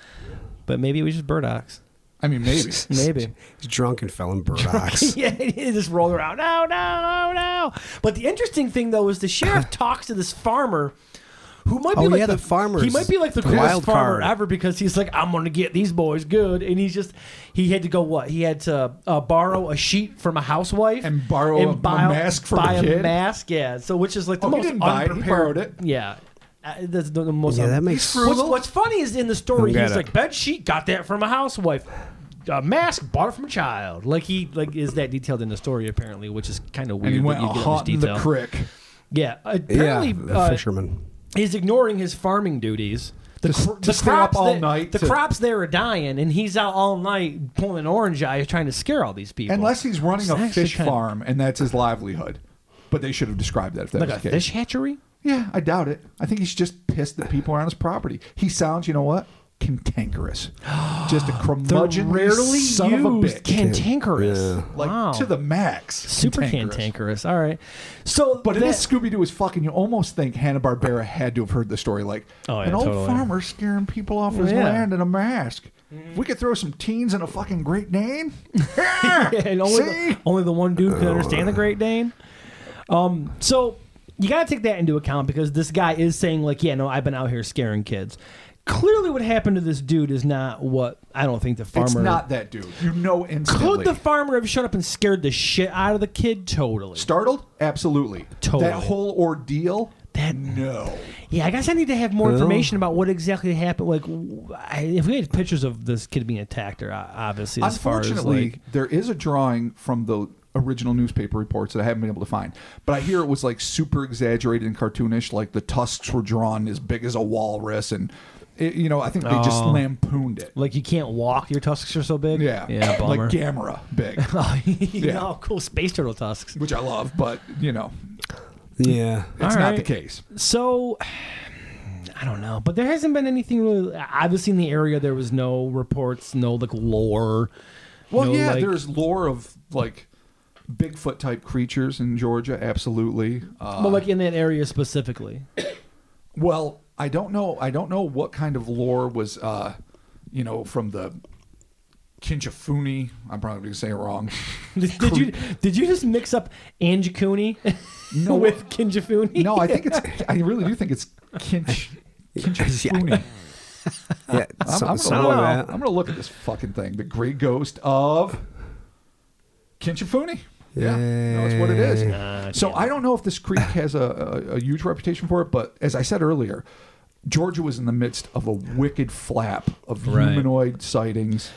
S1: but maybe it was just burdocks.
S3: I mean, maybe.
S1: Maybe.
S2: He's drunk and fell in Murdoch's.
S1: yeah, they just roll around. No, no, no, no. But the interesting thing though is the sheriff talks to this farmer. Who might be
S2: Oh,
S1: like
S2: yeah,
S1: the,
S2: the farmer's
S1: He might be like the
S2: the
S1: coolest
S2: wild
S1: farmer
S2: card.
S1: ever because he's like, I'm gonna get these boys good, and he's just he had to go what he had to uh, borrow a sheet from a housewife
S3: And borrow a- a mask from a
S1: buy
S3: kid?
S1: mask, yeah. So which is like the
S3: Oh, he
S1: most
S3: didn't buy it, he
S1: unprepared-
S3: borrowed it.
S1: Yeah, uh, that's the, the most.
S2: Yeah, that makes-
S1: He's frugal. What's, what's funny is in the story,
S2: Don't get
S1: he's
S2: it.
S1: like bed sheet got that from a housewife. A mask bought it from a child. Like he like is that detailed in the story apparently, which is kind of weird.
S3: And he
S1: that
S3: went
S1: you
S3: out
S1: get this
S3: hunting the
S1: detail.
S3: crick.
S1: Yeah,
S2: yeah,
S1: apparently
S2: the
S1: uh,
S2: fisherman.
S1: he's ignoring his farming duties. The,
S3: To s- to stay up
S1: crops
S3: all
S1: that-
S3: night
S1: The
S3: to-
S1: crops there are dying, and he's out all night pulling an orange eye, trying to scare all these people.
S3: Unless he's running
S1: It's
S3: a
S1: actually
S3: fish
S1: kind of-
S3: farm and that's his livelihood. But they should have described that if that
S1: like
S3: was
S1: a
S3: the case.
S1: fish hatchery.
S3: Yeah, I doubt it. I think he's just pissed that people are on his property. He sounds, you know what? Cantankerous. Just a curmudgeon
S1: Rarely
S3: son
S1: used
S3: of a bitch.
S1: cantankerous.
S2: Yeah.
S3: like
S1: wow.
S3: to the max.
S1: Super cantankerous. All right. So,
S3: But in
S1: that-
S3: this Scooby Doo is fucking. You almost think Hanna Barbera had to have heard the story. Like
S1: Oh, yeah,
S3: an old
S1: totally.
S3: farmer scaring people off his
S1: Yeah.
S3: land in a mask.
S1: Mm-hmm.
S3: If We could throw some teens in a fucking Great Dane. Yeah,
S1: and only
S3: see?
S1: the, only the one dude could understand the Great Dane. Um, so you got to take that into account because this guy is saying like, yeah, no, I've been out here scaring kids. Clearly, what happened to this dude is not what I don't think the farmer.
S3: It's not that dude. You know instantly.
S1: Could the farmer have shut up and scared the shit out of the kid? Totally.
S3: startled? Absolutely.
S1: Totally.
S3: That whole ordeal.
S1: That-
S3: no.
S1: Yeah, I guess I need to have more information about what exactly happened. Like, w- I, if we had pictures of this kid being attacked, or uh, obviously, as far as
S3: Unfortunately,
S1: like,
S3: there is a drawing from the original newspaper reports that I haven't been able to find. But I hear it was like super exaggerated and cartoonish, like the tusks were drawn as big as a walrus, and it, you know, I think they just
S1: Oh.
S3: lampooned it.
S1: like you can't walk, your tusks are so big.
S3: Yeah,
S1: yeah, bummer.
S3: like Gamera, big,
S1: Oh, yeah.
S3: Yeah.
S1: cool space turtle tusks.
S3: which I love, but you know,
S2: Yeah.
S3: it's
S1: All
S3: not
S1: right.
S3: the case.
S1: So I don't know, but there hasn't been anything really. Obviously, in the area, there was no reports, no like lore.
S3: Well,
S1: no,
S3: yeah,
S1: like-
S3: there's lore of like Bigfoot type creatures in Georgia, absolutely. Uh,
S1: well, like in that area specifically.
S3: Well, I don't know. I don't know what kind of lore was, uh, you know, from the Kinchafuni. I'm probably going to say it wrong.
S1: Did, did you did you just mix up Anjikuni
S3: No.
S1: with Kinjifuni?
S3: No, I think it's. I really do think it's Kinch. Kinchafuni.
S2: Yeah, uh,
S3: I'm,
S2: some-
S3: I'm
S2: something
S3: gonna look,
S2: like that.
S3: I'm gonna look at this fucking thing. The Great Ghost of Kinchafuni. Yeah, no, that's what it is.
S1: Nah,
S3: so
S1: damn
S3: I don't know if this creek has a, a, a huge reputation for it, but as I said earlier, Georgia was in the midst of a wicked flap of
S1: Right.
S3: humanoid sightings.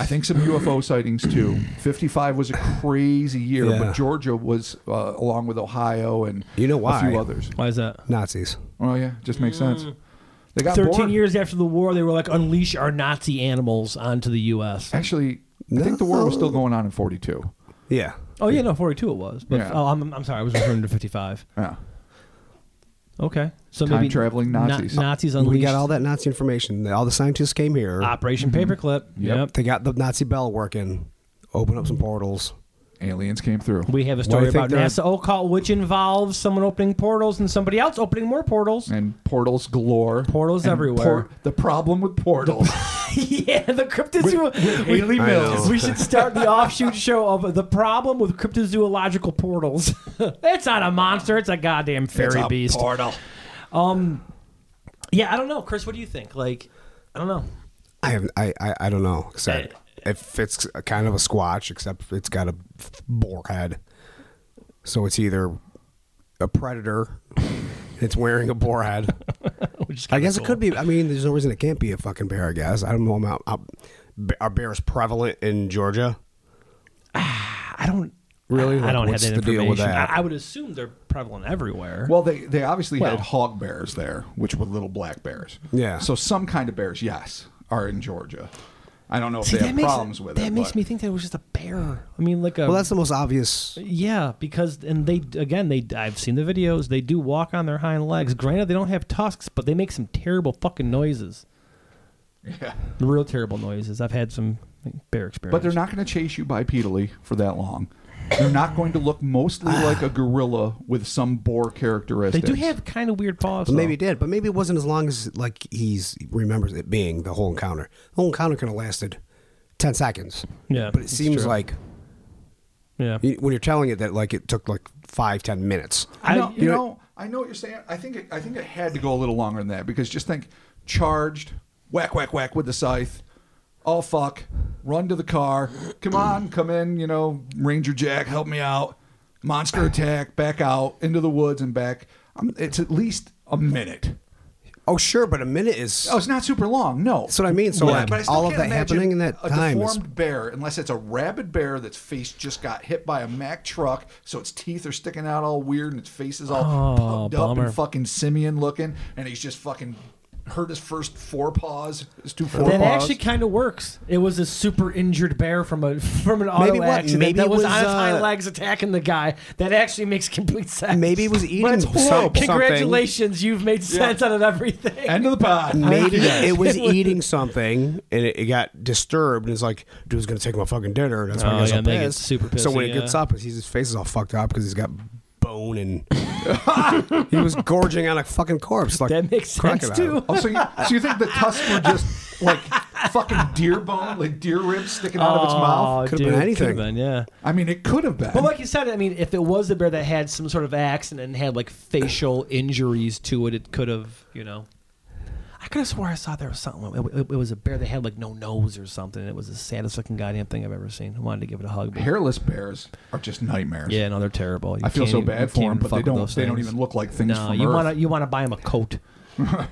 S3: I think some UFO sightings too. Fifty-five was a crazy year,
S2: Yeah.
S3: but Georgia was uh, along with Ohio and
S2: You know
S3: a
S2: why.
S3: few others.
S1: Why is that?
S2: Nazis.
S3: Oh yeah, just makes sense. They got
S1: Thirteen
S3: bored.
S1: years after the war, they were like unleash our Nazi animals onto the U.S.
S3: Actually, I think the war was still going on in 42.
S2: Yeah.
S1: Oh yeah, no, forty-two it was. But
S3: Yeah.
S1: oh, I'm, I'm sorry, I was referring to fifty-five.
S3: Yeah.
S1: Okay, so
S3: Time
S1: maybe
S3: traveling
S1: Na-
S3: Nazis.
S1: Nazis unleashed.
S2: We got all that Nazi information. All the scientists came here.
S1: Operation Paperclip.
S3: Mm-hmm. Yep.
S1: Yep.
S2: They got the Nazi bell working. Open up some portals.
S3: Aliens came through.
S1: We have a
S2: Well,
S1: story
S2: I think
S1: about
S2: there-
S1: NASA occult, which involves someone opening portals and somebody else opening more portals.
S3: and portals galore.
S1: Portals
S3: And
S1: everywhere.
S3: the problem with portals.
S1: yeah, the cryptozoology.
S3: Haley
S2: I
S3: Mills.
S2: know.
S1: We should start the offshoot show of the problem with cryptozoological portals. it's not a monster; it's a goddamn
S3: It's
S1: fairy
S3: a
S1: beast. Um,
S3: Portal.
S1: yeah, I don't know, Chris. What do you think? Like, I don't know.
S2: I have. I. I, I don't know. Except
S1: Uh,
S2: if it's a kind of a squatch, except it's got a boar head, so it's either a predator. It's wearing a boar head. I guess it could be. I mean, there's no reason it can't be a fucking bear. I guess I don't know about. How, are bears prevalent in Georgia?
S1: I don't
S2: Really?
S1: I, I
S2: Like,
S1: don't have
S2: what's
S1: that
S2: the deal
S1: information.
S2: with that?
S1: I, I would assume they're prevalent everywhere.
S3: Well, they, they obviously
S1: Well.
S3: had hog bears there, which were little black bears.
S2: Yeah.
S3: So some kind of bears, yes, are in Georgia. I don't know if
S1: See,
S3: they
S1: that
S3: have
S1: makes,
S3: problems with
S1: that
S3: it.
S1: makes
S3: but-
S1: me think that it was just a bear. I mean, like a.
S2: Well, that's the most obvious.
S1: yeah, because and they again they I've seen the videos. They do walk on their hind legs. Granted, they don't have tusks, but they make some terrible fucking noises.
S3: Yeah.
S1: Real terrible noises. I've had some bear experiences.
S3: But they're not going to chase you bipedally for that long. They're not going to look mostly like a gorilla with some boar
S1: They
S3: characteristics.
S1: do have kind of weird paws.
S2: But maybe
S1: though.
S2: it did, but maybe it wasn't as long as like he's remembers it being the whole encounter. The whole encounter could have lasted ten seconds.
S1: Yeah,
S2: but it
S1: that's
S2: seems
S1: true.
S2: like
S1: Yeah.
S2: you- when you're telling it that like it took like five ten minutes.
S3: I know,
S1: I-
S3: you know, I know what you're saying. I think it, I think it had to go a little longer than that because just think, charged, whack whack whack with the scythe, all fuck, run to the car, come on, come in, you know, Ranger Jack, help me out, monster attack, back out into the woods and back. Um, it's at least a minute.
S2: Oh sure, but a minute is
S3: Oh, it's not super long. No,
S2: That's what I mean. So, like,
S3: still
S2: all of
S3: can't
S2: that
S3: imagine
S2: happening in that
S3: a
S2: time is-
S3: deformed bear, unless it's a rabid bear that's face just got hit by a Mack truck, so its teeth are sticking out all weird and its face is all
S1: Oh,
S3: puffed up
S1: bummer.
S3: and fucking simian looking, and he's just fucking hurt his first forepaws. His two forepaws.
S1: That actually kind of works. It was a super injured bear from a from an auto
S2: Maybe what-
S1: accident
S2: maybe
S1: that
S2: it
S1: was,
S2: was,
S1: on its
S2: uh,
S1: hind legs attacking the guy. That actually makes complete sense.
S2: Maybe it was
S1: But it's
S2: eating
S1: horrible.
S2: something.
S1: Congratulations, you've made sense out of everything.
S3: end of the pod.
S2: maybe it was
S1: It was-
S2: eating something and it, it got disturbed and it's like dude's gonna take my fucking dinner and that's why
S1: Oh,
S2: he gets
S1: yeah,
S2: so
S1: and they get
S2: pissed.
S1: super
S2: So when
S1: pissy,
S2: he gets
S1: yeah.
S2: up, he's, his face is all fucked up because he's got bone and he was gorging on a fucking corpse. Like
S1: that makes sense
S2: crocodile.
S1: too.
S3: Oh, so, you, so you think the tusks were just like fucking deer bone, like deer ribs sticking out of its mouth?
S2: Could've been
S1: dude,
S2: anything.
S1: could've been, yeah.
S3: I mean, it could have been.
S1: Oh. But like you said, I mean, if it was the bear that had some sort of accident and had like facial injuries to it, it could have, you know. I could have swore I saw there was something. It, it- it was a bear that had like no nose or something. It was the saddest looking goddamn thing I've ever seen. I wanted to give it a hug. But
S3: Hairless bears are just nightmares.
S1: yeah, no, they're terrible. You
S3: I feel
S1: can't
S3: so
S1: even- you can't
S3: bad for them,
S1: even
S3: but they
S1: fuck with
S3: don't.
S1: those
S3: They don't
S1: things.
S3: even look like things
S1: No,
S3: from
S1: you
S3: Earth.
S1: want to you want to buy him a coat.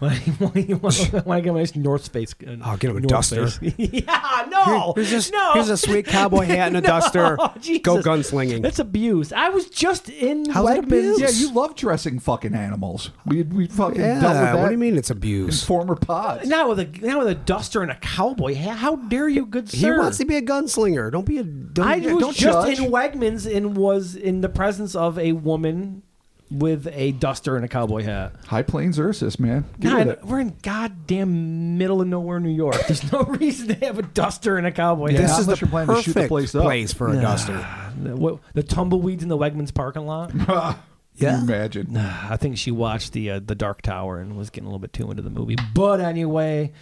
S1: Like, you want to get him a nice North Face. uh,
S2: I'll get him a
S1: North
S2: duster.
S1: Face. yeah, no,
S2: Here's, just,
S1: Oh, no.
S2: here's a sweet cowboy hat and a duster.
S1: Oh,
S2: Go
S1: Jesus.
S2: gunslinging.
S1: That's abuse. I was just in
S2: How's that
S1: Wegmans.
S2: abuse?
S3: Yeah, you love dressing fucking animals. We we fucking
S2: yeah,
S3: dealt with that.
S2: what do you mean it's
S3: In
S2: abuse?
S3: former pods.
S1: Not with a not with a duster and a cowboy hat. How dare you, good
S2: He
S1: sir?
S2: wants to be a gunslinger. Don't be a. Don't,
S1: I was
S3: don't
S1: just
S3: judge.
S1: in Wegmans and was in the presence of a woman with a duster and a cowboy hat.
S3: High Plains Ursus, man. Get
S1: God,
S3: with it.
S1: we're in goddamn middle of nowhere, New York. There's no reason to have a duster and a cowboy
S3: Yeah.
S2: this
S1: hat.
S2: is the
S3: unless you're planning to
S2: perfect
S3: shoot the place up.
S2: place for a
S1: Nah.
S2: duster.
S1: The, what, the tumbleweeds in the Wegmans parking lot.
S3: Can
S2: Yeah.
S3: you imagine.
S1: I think she watched the uh, the Dark Tower and was getting a little bit too into the movie. But anyway,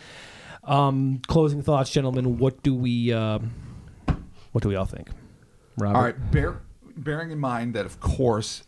S1: um, closing thoughts, gentlemen. What do we uh, what do we all think? Robert,
S3: All right, bear, bearing in mind that of course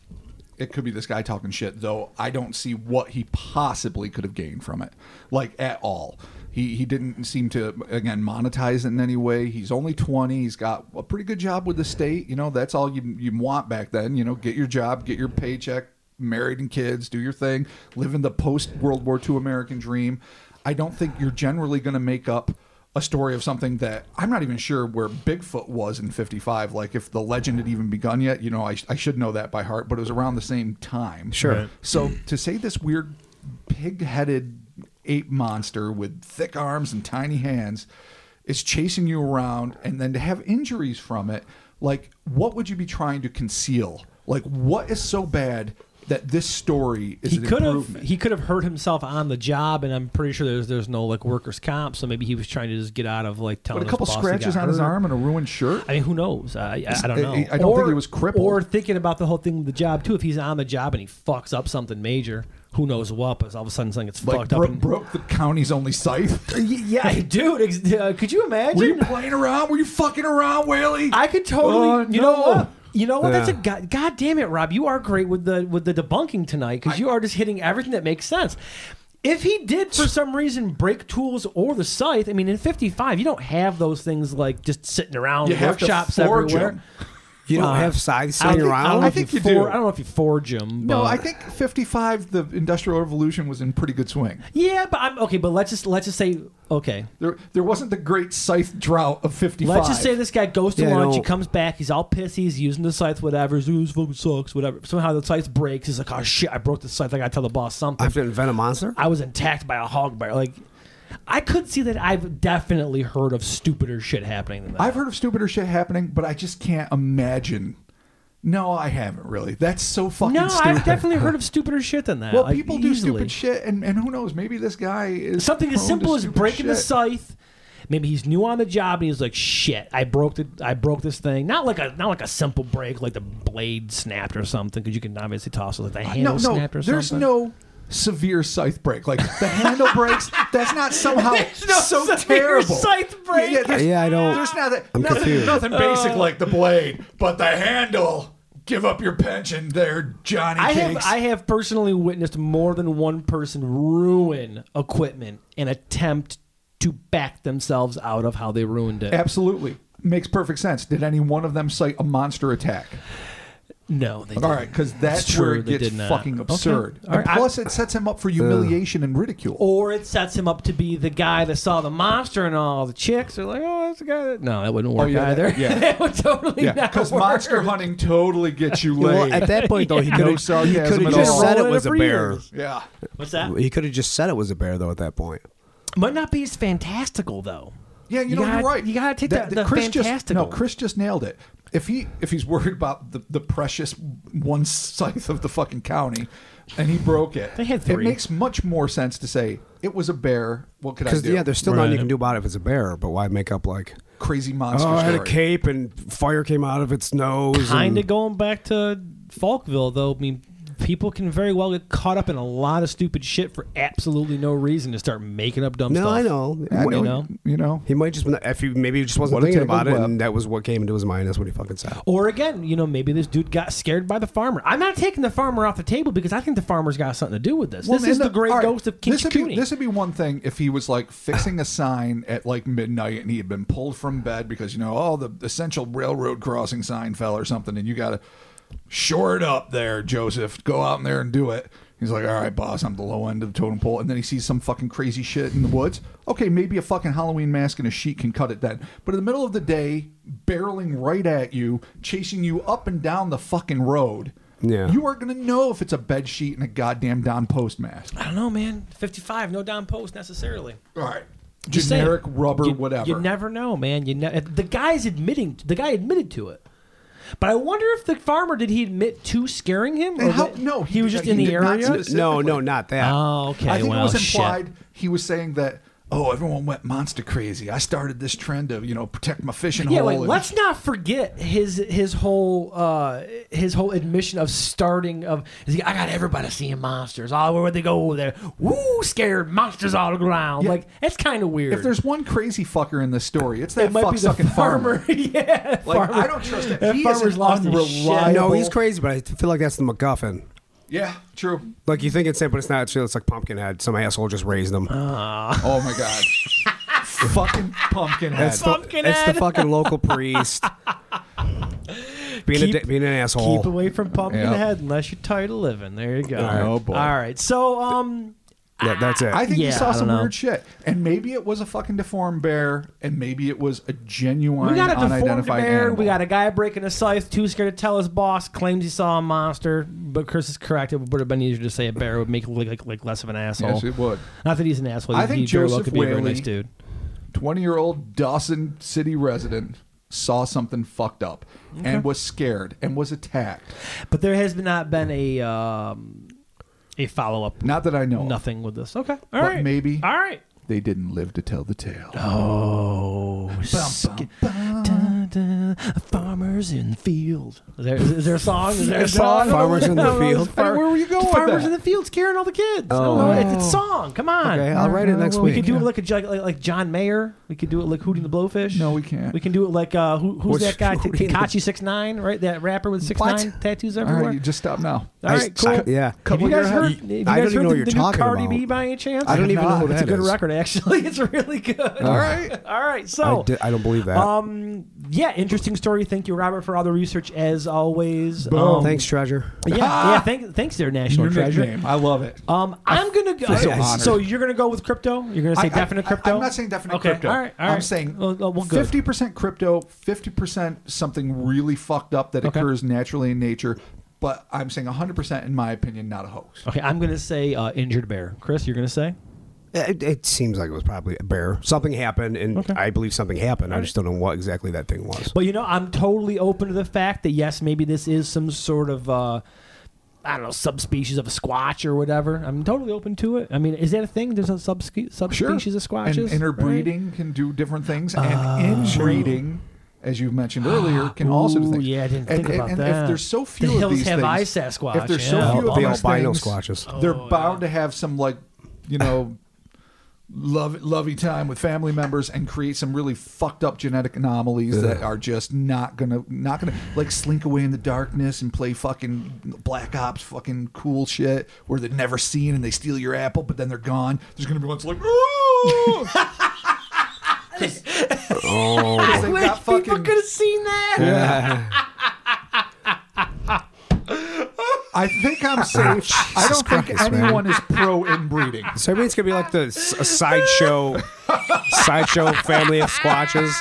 S3: it could be this guy talking shit, though I don't see what he possibly could have gained from it, like at all. He he didn't seem to again monetize it in any way. He's only twenty. He's got a pretty good job with the state. You know that's all you you want back then. You know, get your job, get your paycheck, married and kids, do your thing, live in the post World War II American dream. I don't think you're generally going to make up a story of something that I'm not even sure where Bigfoot was in 55. Like if the legend had even begun yet, you know, I, I should know that by heart, but it was around the same time.
S2: Sure. Right.
S3: So to say this weird pig headed ape monster with thick arms and tiny hands is chasing you around and then to have injuries from it, like what would you be trying to conceal? Like what is so bad that this story is
S1: he
S3: an
S1: could have
S3: improvement?
S1: he could have hurt himself on the job, and I'm pretty sure there's there's no like workers comp, so maybe he was trying to just get out of like telling.
S3: but a
S1: his
S3: couple
S1: boss he
S3: scratches
S1: got
S3: on his
S1: hurt.
S3: arm and a ruined shirt.
S1: I mean, who knows? I, I, I don't
S3: I-
S1: know.
S3: I don't think he was crippled.
S1: Or thinking about the whole thing, the job too. If he's on the job and he fucks up something major, who knows what? But all of a sudden something gets
S3: like
S1: fucked up.
S3: bro-
S1: and-
S3: broke the county's only scythe.
S1: Y- Yeah, dude. Ex- uh, could you imagine?
S3: Were you playing around? Were you fucking around, Whaley?
S1: I could totally.
S3: Oh,
S1: you know
S3: no.
S1: what? You know what? That's a
S2: Yeah.
S1: god, god. damn it, Rob. You are great with the with the debunking tonight because you are just hitting everything that makes sense. If he did for some reason break tools or the scythe, I mean, in '55 you don't have those things like just sitting around
S3: You have to
S1: workshops
S3: forge
S1: everywhere.
S3: 'em.
S2: You don't
S1: Uh,
S2: have scythes
S1: I don't think-
S2: sitting
S1: I don't
S2: around.
S1: know
S3: I
S1: if
S3: think you
S1: for-
S3: do.
S1: I don't know if you forge them.
S3: No,
S1: but-
S3: I think 55, the Industrial Revolution was in pretty good swing.
S1: Yeah, but I'm okay. But let's just let's just say okay.
S3: There, there wasn't the great scythe drought of 55.
S1: Let's just say this guy goes to
S2: Yeah, I
S1: lunch. He
S2: don't-
S1: comes back. He's all pissy. He's using the scythe, whatever. He's, "Ooh, this fucking sucks, whatever. Somehow the scythe breaks. He's like, oh shit, I broke the scythe. I gotta tell the boss
S2: I
S1: something.
S2: have to invent a monster.
S1: I was attacked by a hog bear. Like, I could see that I've definitely heard of stupider shit happening than that.
S3: I've heard of stupider shit happening, but I just can't imagine. No, I haven't really. That's so fucking
S1: no,
S3: stupid.
S1: I've definitely heard of stupider shit than that.
S3: Well,
S1: like,
S3: people do
S1: easily.
S3: stupid shit, and, and who knows? Maybe this guy is
S1: Something as
S3: prone to
S1: simple as
S3: stupid
S1: breaking the
S3: shit.
S1: scythe. Maybe he's new on the job and he's like, "Shit, I broke the I broke this thing." Not like a not like a simple break, like the blade snapped or something, because you can obviously toss it like the handle
S3: Uh, No, no,
S1: snapped or
S3: there's
S1: something.
S3: no severe scythe break. Like the handle breaks. That's not somehow
S1: no
S3: so
S1: severe
S3: terrible.
S1: scythe break. Uh.
S3: there's-
S2: Yeah, I don't-
S3: There's not that,
S2: I'm
S3: nothing,
S2: confused.
S3: nothing basic like the blade, but the handle. Give up your pension, there, Johnny.
S1: I have
S3: cakes.
S1: I have personally witnessed more than one person ruin equipment and attempt to back themselves out of how they ruined it.
S3: Absolutely. Makes perfect sense. Did any one of them cite a monster attack?
S1: No, they didn't.
S3: All right, because
S1: That's
S3: that's where
S1: true,
S3: it
S1: they
S3: gets
S1: did not.
S3: fucking
S1: Okay.
S3: absurd.
S1: All
S3: And
S1: right, I- Oh,
S3: plus, it sets him up for humiliation and ridicule.
S1: Or it sets him up to be the guy that saw the monster and all the chicks are like, oh, that's the guy. That... No, that wouldn't work
S3: yeah,
S1: either.
S3: that- yeah.
S1: it would totally
S3: Yeah,
S1: not
S3: because
S1: work.
S3: monster hunting totally gets you laid.
S2: Well, at that point though, he
S3: Yeah.
S2: could
S3: No
S2: have he
S3: sarcasm
S2: could
S3: at
S2: have just
S3: all.
S2: said it
S1: Rolling it
S2: was a
S1: for
S2: bear.
S1: years.
S3: yeah,
S1: What's that?
S2: He could have just said it was a bear though. At that point,
S1: Might not be as fantastical though.
S3: yeah, you, know
S1: gotta,
S3: you're right.
S1: You gotta take
S3: That-
S1: the,
S3: that
S1: the
S3: Chris just
S1: fantastical.
S3: no, Chris just nailed it. If he if he's worried about the, the precious one scythe of the fucking county, and he broke it,
S1: They had
S3: it
S1: three.
S3: makes much more sense to say it was a bear. What could I
S2: because
S3: do?
S2: yeah, there's still nothing
S1: Right.
S2: you can do about it if it's a bear. But why make up like?
S3: crazy monster.
S2: Oh, I had a
S3: story.
S2: cape and fire came out of its nose.
S1: kind
S2: and-
S1: of going back to Falkville, though. I mean, people can very well get caught up in a lot of stupid shit for absolutely no reason to start making up dumb
S2: No,
S1: stuff.
S2: I know.
S3: I
S2: Wait,
S3: know,
S1: know?
S3: You know.
S2: He might just if he maybe he just wasn't
S3: What a
S2: thinking about it,
S3: tangled web.
S2: and that was what came into his mind. That's what he fucking said.
S1: Or again, you know, maybe this dude got scared by the farmer. I'm not taking the farmer off the table because I think the farmer's got something to do with this. this
S3: Well,
S1: is
S3: and
S1: the great
S3: all right,
S1: ghost of King
S3: this would, be, this would be one thing if he was like fixing a sign at like midnight and he had been pulled from bed because you know oh the essential railroad crossing sign fell or something and you gotta shore it up there Joseph go out in there and do it. He's like, all right, boss, I'm the low end of the totem pole. And then he sees some fucking crazy shit in the woods. Okay, maybe a fucking Halloween mask and a sheet can cut it then. But in the middle of the day, barreling right at you, chasing you up and down the fucking road,
S2: Yeah.
S3: you are going to know if it's a bed sheet and a goddamn Don Post mask.
S1: I don't know, man. 55, no down post necessarily.
S3: All right.
S1: Just saying.
S3: Generic rubber,
S1: You-
S3: whatever.
S1: You never know, man. You ne- the guy's admitting. The guy admitted to it. But I wonder if the farmer did he admit to scaring him?
S3: And
S1: Or
S3: how-
S1: that-
S3: no,
S1: he,
S3: he
S1: was
S3: did-
S1: just
S3: he
S1: in the
S3: did not
S1: area.
S3: specific-
S2: No, no, not that.
S1: Oh, okay.
S3: I think
S1: well,
S3: it was
S1: shit.
S3: implied he was saying that, oh, everyone went monster crazy. I started this trend of, you know, protect my fishing
S1: Yeah,
S3: hole.
S1: like
S3: and-
S1: let's not forget his his whole uh his whole admission of starting of is he, I got everybody seeing monsters. Oh, where would they go over there? Woo, scared monsters all around.
S3: Yeah.
S1: Like that's kind of weird.
S3: if there's one crazy fucker in this story, it's
S1: it
S3: that
S1: might
S3: fuck
S1: be the
S3: sucking farmer.
S1: farmer. yeah,
S3: Like,
S1: farmer.
S3: I don't trust that.
S1: That
S3: He
S1: farmer's
S3: is an
S1: lost his
S3: unreliable.
S1: shit.
S2: no, he's crazy, but I feel like that's the MacGuffin.
S3: Yeah, true.
S2: Like you think it's it, but it's not. It's, it's like Pumpkinhead. Some asshole just raised him.
S3: Oh my god. fucking pumpkin head.
S2: it's, the, it's the
S1: Pumpkinhead.
S2: fucking local priest being a
S1: Keep-
S2: di- being an asshole.
S1: Keep away from pumpkin
S3: Yeah.
S1: head unless you're tired of living. There you go.
S3: Oh, boy.
S1: All right. So um
S2: Yeah, that's it.
S3: I think
S1: Yeah,
S3: he
S1: I
S3: saw
S1: don't
S3: some
S1: know.
S3: weird shit, and maybe it was a fucking deformed bear, and maybe it was a genuine
S1: we got a deformed
S3: unidentified
S1: bear.
S3: animal.
S1: We got a guy breaking a scythe, too scared to tell his boss, claims he saw a monster. But Chris is correct. It would have been easier to say a bear would make him look like, like less of an asshole.
S3: Yes, it would.
S1: Not that he's an asshole.
S3: I
S1: he-
S3: think
S1: he very well
S3: Joseph
S1: could be a very
S3: Whaley-
S1: nice dude.
S3: 20 year old Dawson City resident saw something fucked up and was scared and was attacked.
S1: But there has not been a um, a follow up.
S3: Not that I know. of.
S1: Nothing with this. Okay. All right.
S3: But maybe-
S1: All right.
S3: They didn't live to tell the tale.
S1: Oh,
S3: bum, bum.
S1: farmers in the field. Is there, is there a song? Is there a
S2: Yes,
S1: song?
S2: Farmers in the
S1: I don't know.
S2: Field.
S1: Far-
S3: Where were you going with
S1: Farmers
S3: that?
S1: in the field, scaring all the kids. I don't know. It's a song. Come on.
S2: okay, I'll write it next
S3: Well,
S1: We
S2: week.
S1: could do it like a ju- like, like John Mayer. We could do it like Hooting the Blowfish.
S3: No, we can't.
S1: We can do it like uh, who, who's
S2: What's
S1: that guy?
S2: Hootie and the-
S1: Takachi six nine, right? That rapper with six
S2: What?
S1: nine tattoos
S3: All
S1: everywhere.
S3: right, you just stop now.
S1: All right, cool.
S2: I- yeah.
S1: Have you
S3: Cover your
S1: guys
S3: head.
S1: heard? Have you
S2: I don't
S1: guys
S2: even
S1: heard
S2: know
S1: the,
S2: what you're
S1: the new
S2: talking
S1: Cardi
S2: about.
S1: B by any chance?
S2: I don't even know who
S1: It's a
S2: that
S1: good
S2: is.
S1: record, actually. It's really good.
S3: All right.
S1: All right,
S2: I,
S1: so
S2: di- I don't believe that.
S1: um, yeah, interesting story. Thank you, Robert, for all the research as always. Um,
S2: Thanks, treasure.
S1: Yeah, yeah. Thank, thanks, there, National
S3: Your
S1: Treasure.
S3: nickname. I love it.
S1: Um, I'm gonna go.
S2: feel
S1: okay,
S2: honored.
S1: so you're gonna go with crypto. You're gonna
S3: I-
S1: say
S3: I-
S1: definite crypto.
S3: I, am not saying definite
S1: okay,
S3: crypto.
S1: All right, all right.
S3: I'm saying
S1: well, well, well, good.
S3: 50% crypto, 50% something really fucked up that
S1: Okay.
S3: occurs naturally in nature. But I'm saying 100%, in my opinion, not a hoax.
S1: Okay, I'm gonna say uh, injured bear. Chris, you're gonna say
S2: It, it seems like it was probably a bear. Something happened, and
S1: Okay.
S2: I believe something happened. I just don't know what exactly that thing was.
S1: But you know, I'm totally open to the fact that yes, maybe this is some sort of uh, I don't know subspecies of a squatch or whatever. I'm totally open to it. I mean, is that a thing? There's a subspe- subspecies of
S3: And
S1: squatches.
S3: interbreeding can do different things, and inbreeding, as you mentioned earlier, can also do
S1: Oh. Ooh,
S3: things.
S1: yeah, I didn't
S3: and,
S1: think
S3: and-
S1: about
S3: and
S1: that.
S3: if there's so
S1: The
S3: few of
S1: hills
S3: these
S1: have
S3: things,
S1: eyes, Sasquatch,
S3: if there's so
S1: yeah.
S3: few of
S2: The
S3: these
S2: albino
S3: things,
S2: squatches.
S3: they're
S1: Oh,
S3: bound to have some like, you know. Love, lovey time with family members and create some really fucked up genetic anomalies that are just not gonna not gonna like slink away in the darkness and play fucking black ops fucking cool shit where they're never seen and they steal your apple but then they're gone there's gonna be ones like "Ooh!"
S2: Oh,
S3: They got fucking-
S1: have seen that.
S3: I think I'm safe. I don't think
S2: Christ, man.
S3: anyone is pro inbreeding.
S2: so maybe it's gonna be like the s- a sideshow, sideshow family of squatches.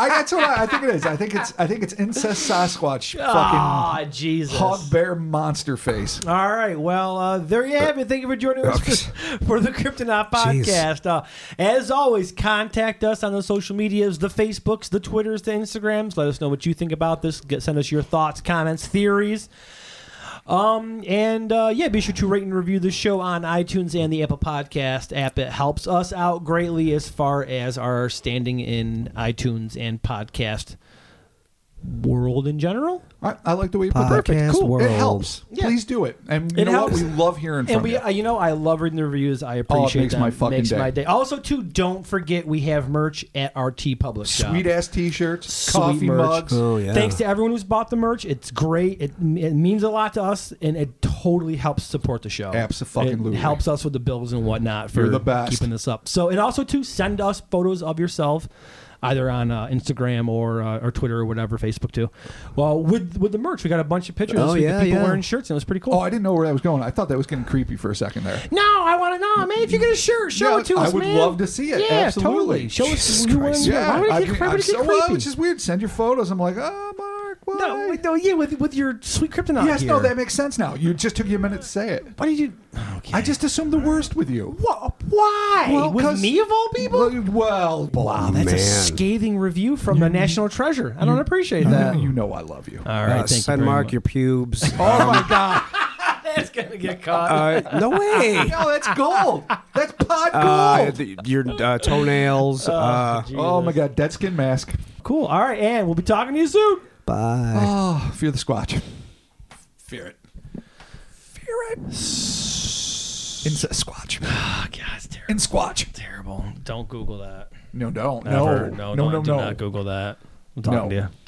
S3: I, that's what I, I think it is. I think it's I think it's incest Sasquatch fucking
S1: Ah, Jesus.
S3: hog bear monster face.
S1: All right. Well, uh, there you have it. Thank you for joining us for, for the Kryptonite podcast. Uh, as always, contact us on the social medias, the Facebooks, the Twitters, the Instagrams. Let us know what you think about this. Get, send us your thoughts, comments, theories. Um, and uh, yeah, be sure to rate and review the show on iTunes and the Apple Podcast app. It helps us out greatly as far as our standing in iTunes and podcast world in general.
S3: I, I like the way you put
S2: Podcast
S3: perfect. Cool. It
S2: world.
S3: helps.
S1: Yeah.
S3: Please do it. And you
S1: It
S3: know
S1: helps.
S3: what? We love hearing from
S1: And we,
S3: you. Oh,
S1: uh, you know, I love reading the reviews. I appreciate
S3: makes
S1: them.
S3: my fucking
S1: Makes
S3: day.
S1: my day. Also, too, don't forget we have merch at our T Public shop.
S3: Sweet ass T-shirts,
S1: Sweet
S3: coffee
S1: merch.
S3: mugs.
S2: Oh yeah.
S1: Thanks to everyone who's bought the merch. It's great. It, it means a lot to us, and it totally helps support the show.
S3: Abso-fucking-lutely.
S1: It helps us with the bills and whatnot for
S3: You're the best.
S1: keeping this up. So, and also to send us photos of yourself, either on uh, Instagram or uh, or Twitter or whatever, Facebook too. Well, with with the merch, we got a bunch of pictures.
S2: Oh,
S1: this week of
S2: yeah,
S1: people
S2: yeah.
S1: wearing shirts, and it was pretty cool.
S3: Oh, I didn't know where that was going. I thought that was getting creepy for a second there.
S1: No, I want to know, man. If you're gonna show, show
S3: Yeah,
S1: it to
S3: I
S1: us,
S3: would
S1: man.
S3: love to see it,
S1: Yeah,
S3: absolutely.
S1: totally. Show us.
S2: Jesus
S1: You want
S2: Christ.
S1: to, why would
S3: I
S1: it
S3: mean,
S1: get, why
S3: I'm
S1: would it get
S3: so, well,
S1: creepy?
S3: it's just weird. Send your photos. I'm like, oh, Mark, why?
S1: no, wait, no, yeah, with with your sweet kryptonite.
S3: yes, no,
S1: here.
S3: that makes sense now. You just took you a minute to say it.
S1: Why did you? Okay.
S3: I just assumed the worst with you.
S1: Wha- Why?
S3: Well,
S1: with
S3: 'cause-
S1: me of all people?
S3: Well, you- Well,
S1: wow, that's a
S2: man.
S1: scathing review from the National Treasure. I don't appreciate that.
S3: you know I love you.
S1: All
S2: Uh,
S1: right, Um, thank
S2: send
S1: you very
S2: Mark
S1: much.
S2: your pubes.
S3: oh my god!
S1: That's gonna get caught.
S2: Uh, no way.
S3: No, that's gold. That's pot
S2: Uh,
S3: gold.
S2: th- your uh, toenails. Uh,
S3: oh my god, dead skin mask.
S1: cool. All right, and we'll be talking to you soon.
S2: bye.
S3: Oh, fear the squatch. Fear it. Fear it. Insect squatch.
S1: Oh, God, it's terrible.
S3: In squatch.
S1: terrible. Don't Google that.
S3: No, don't.
S1: Ever.
S3: No, no, no,
S1: don't- do not Google that. I'm talking
S3: No.
S1: to you.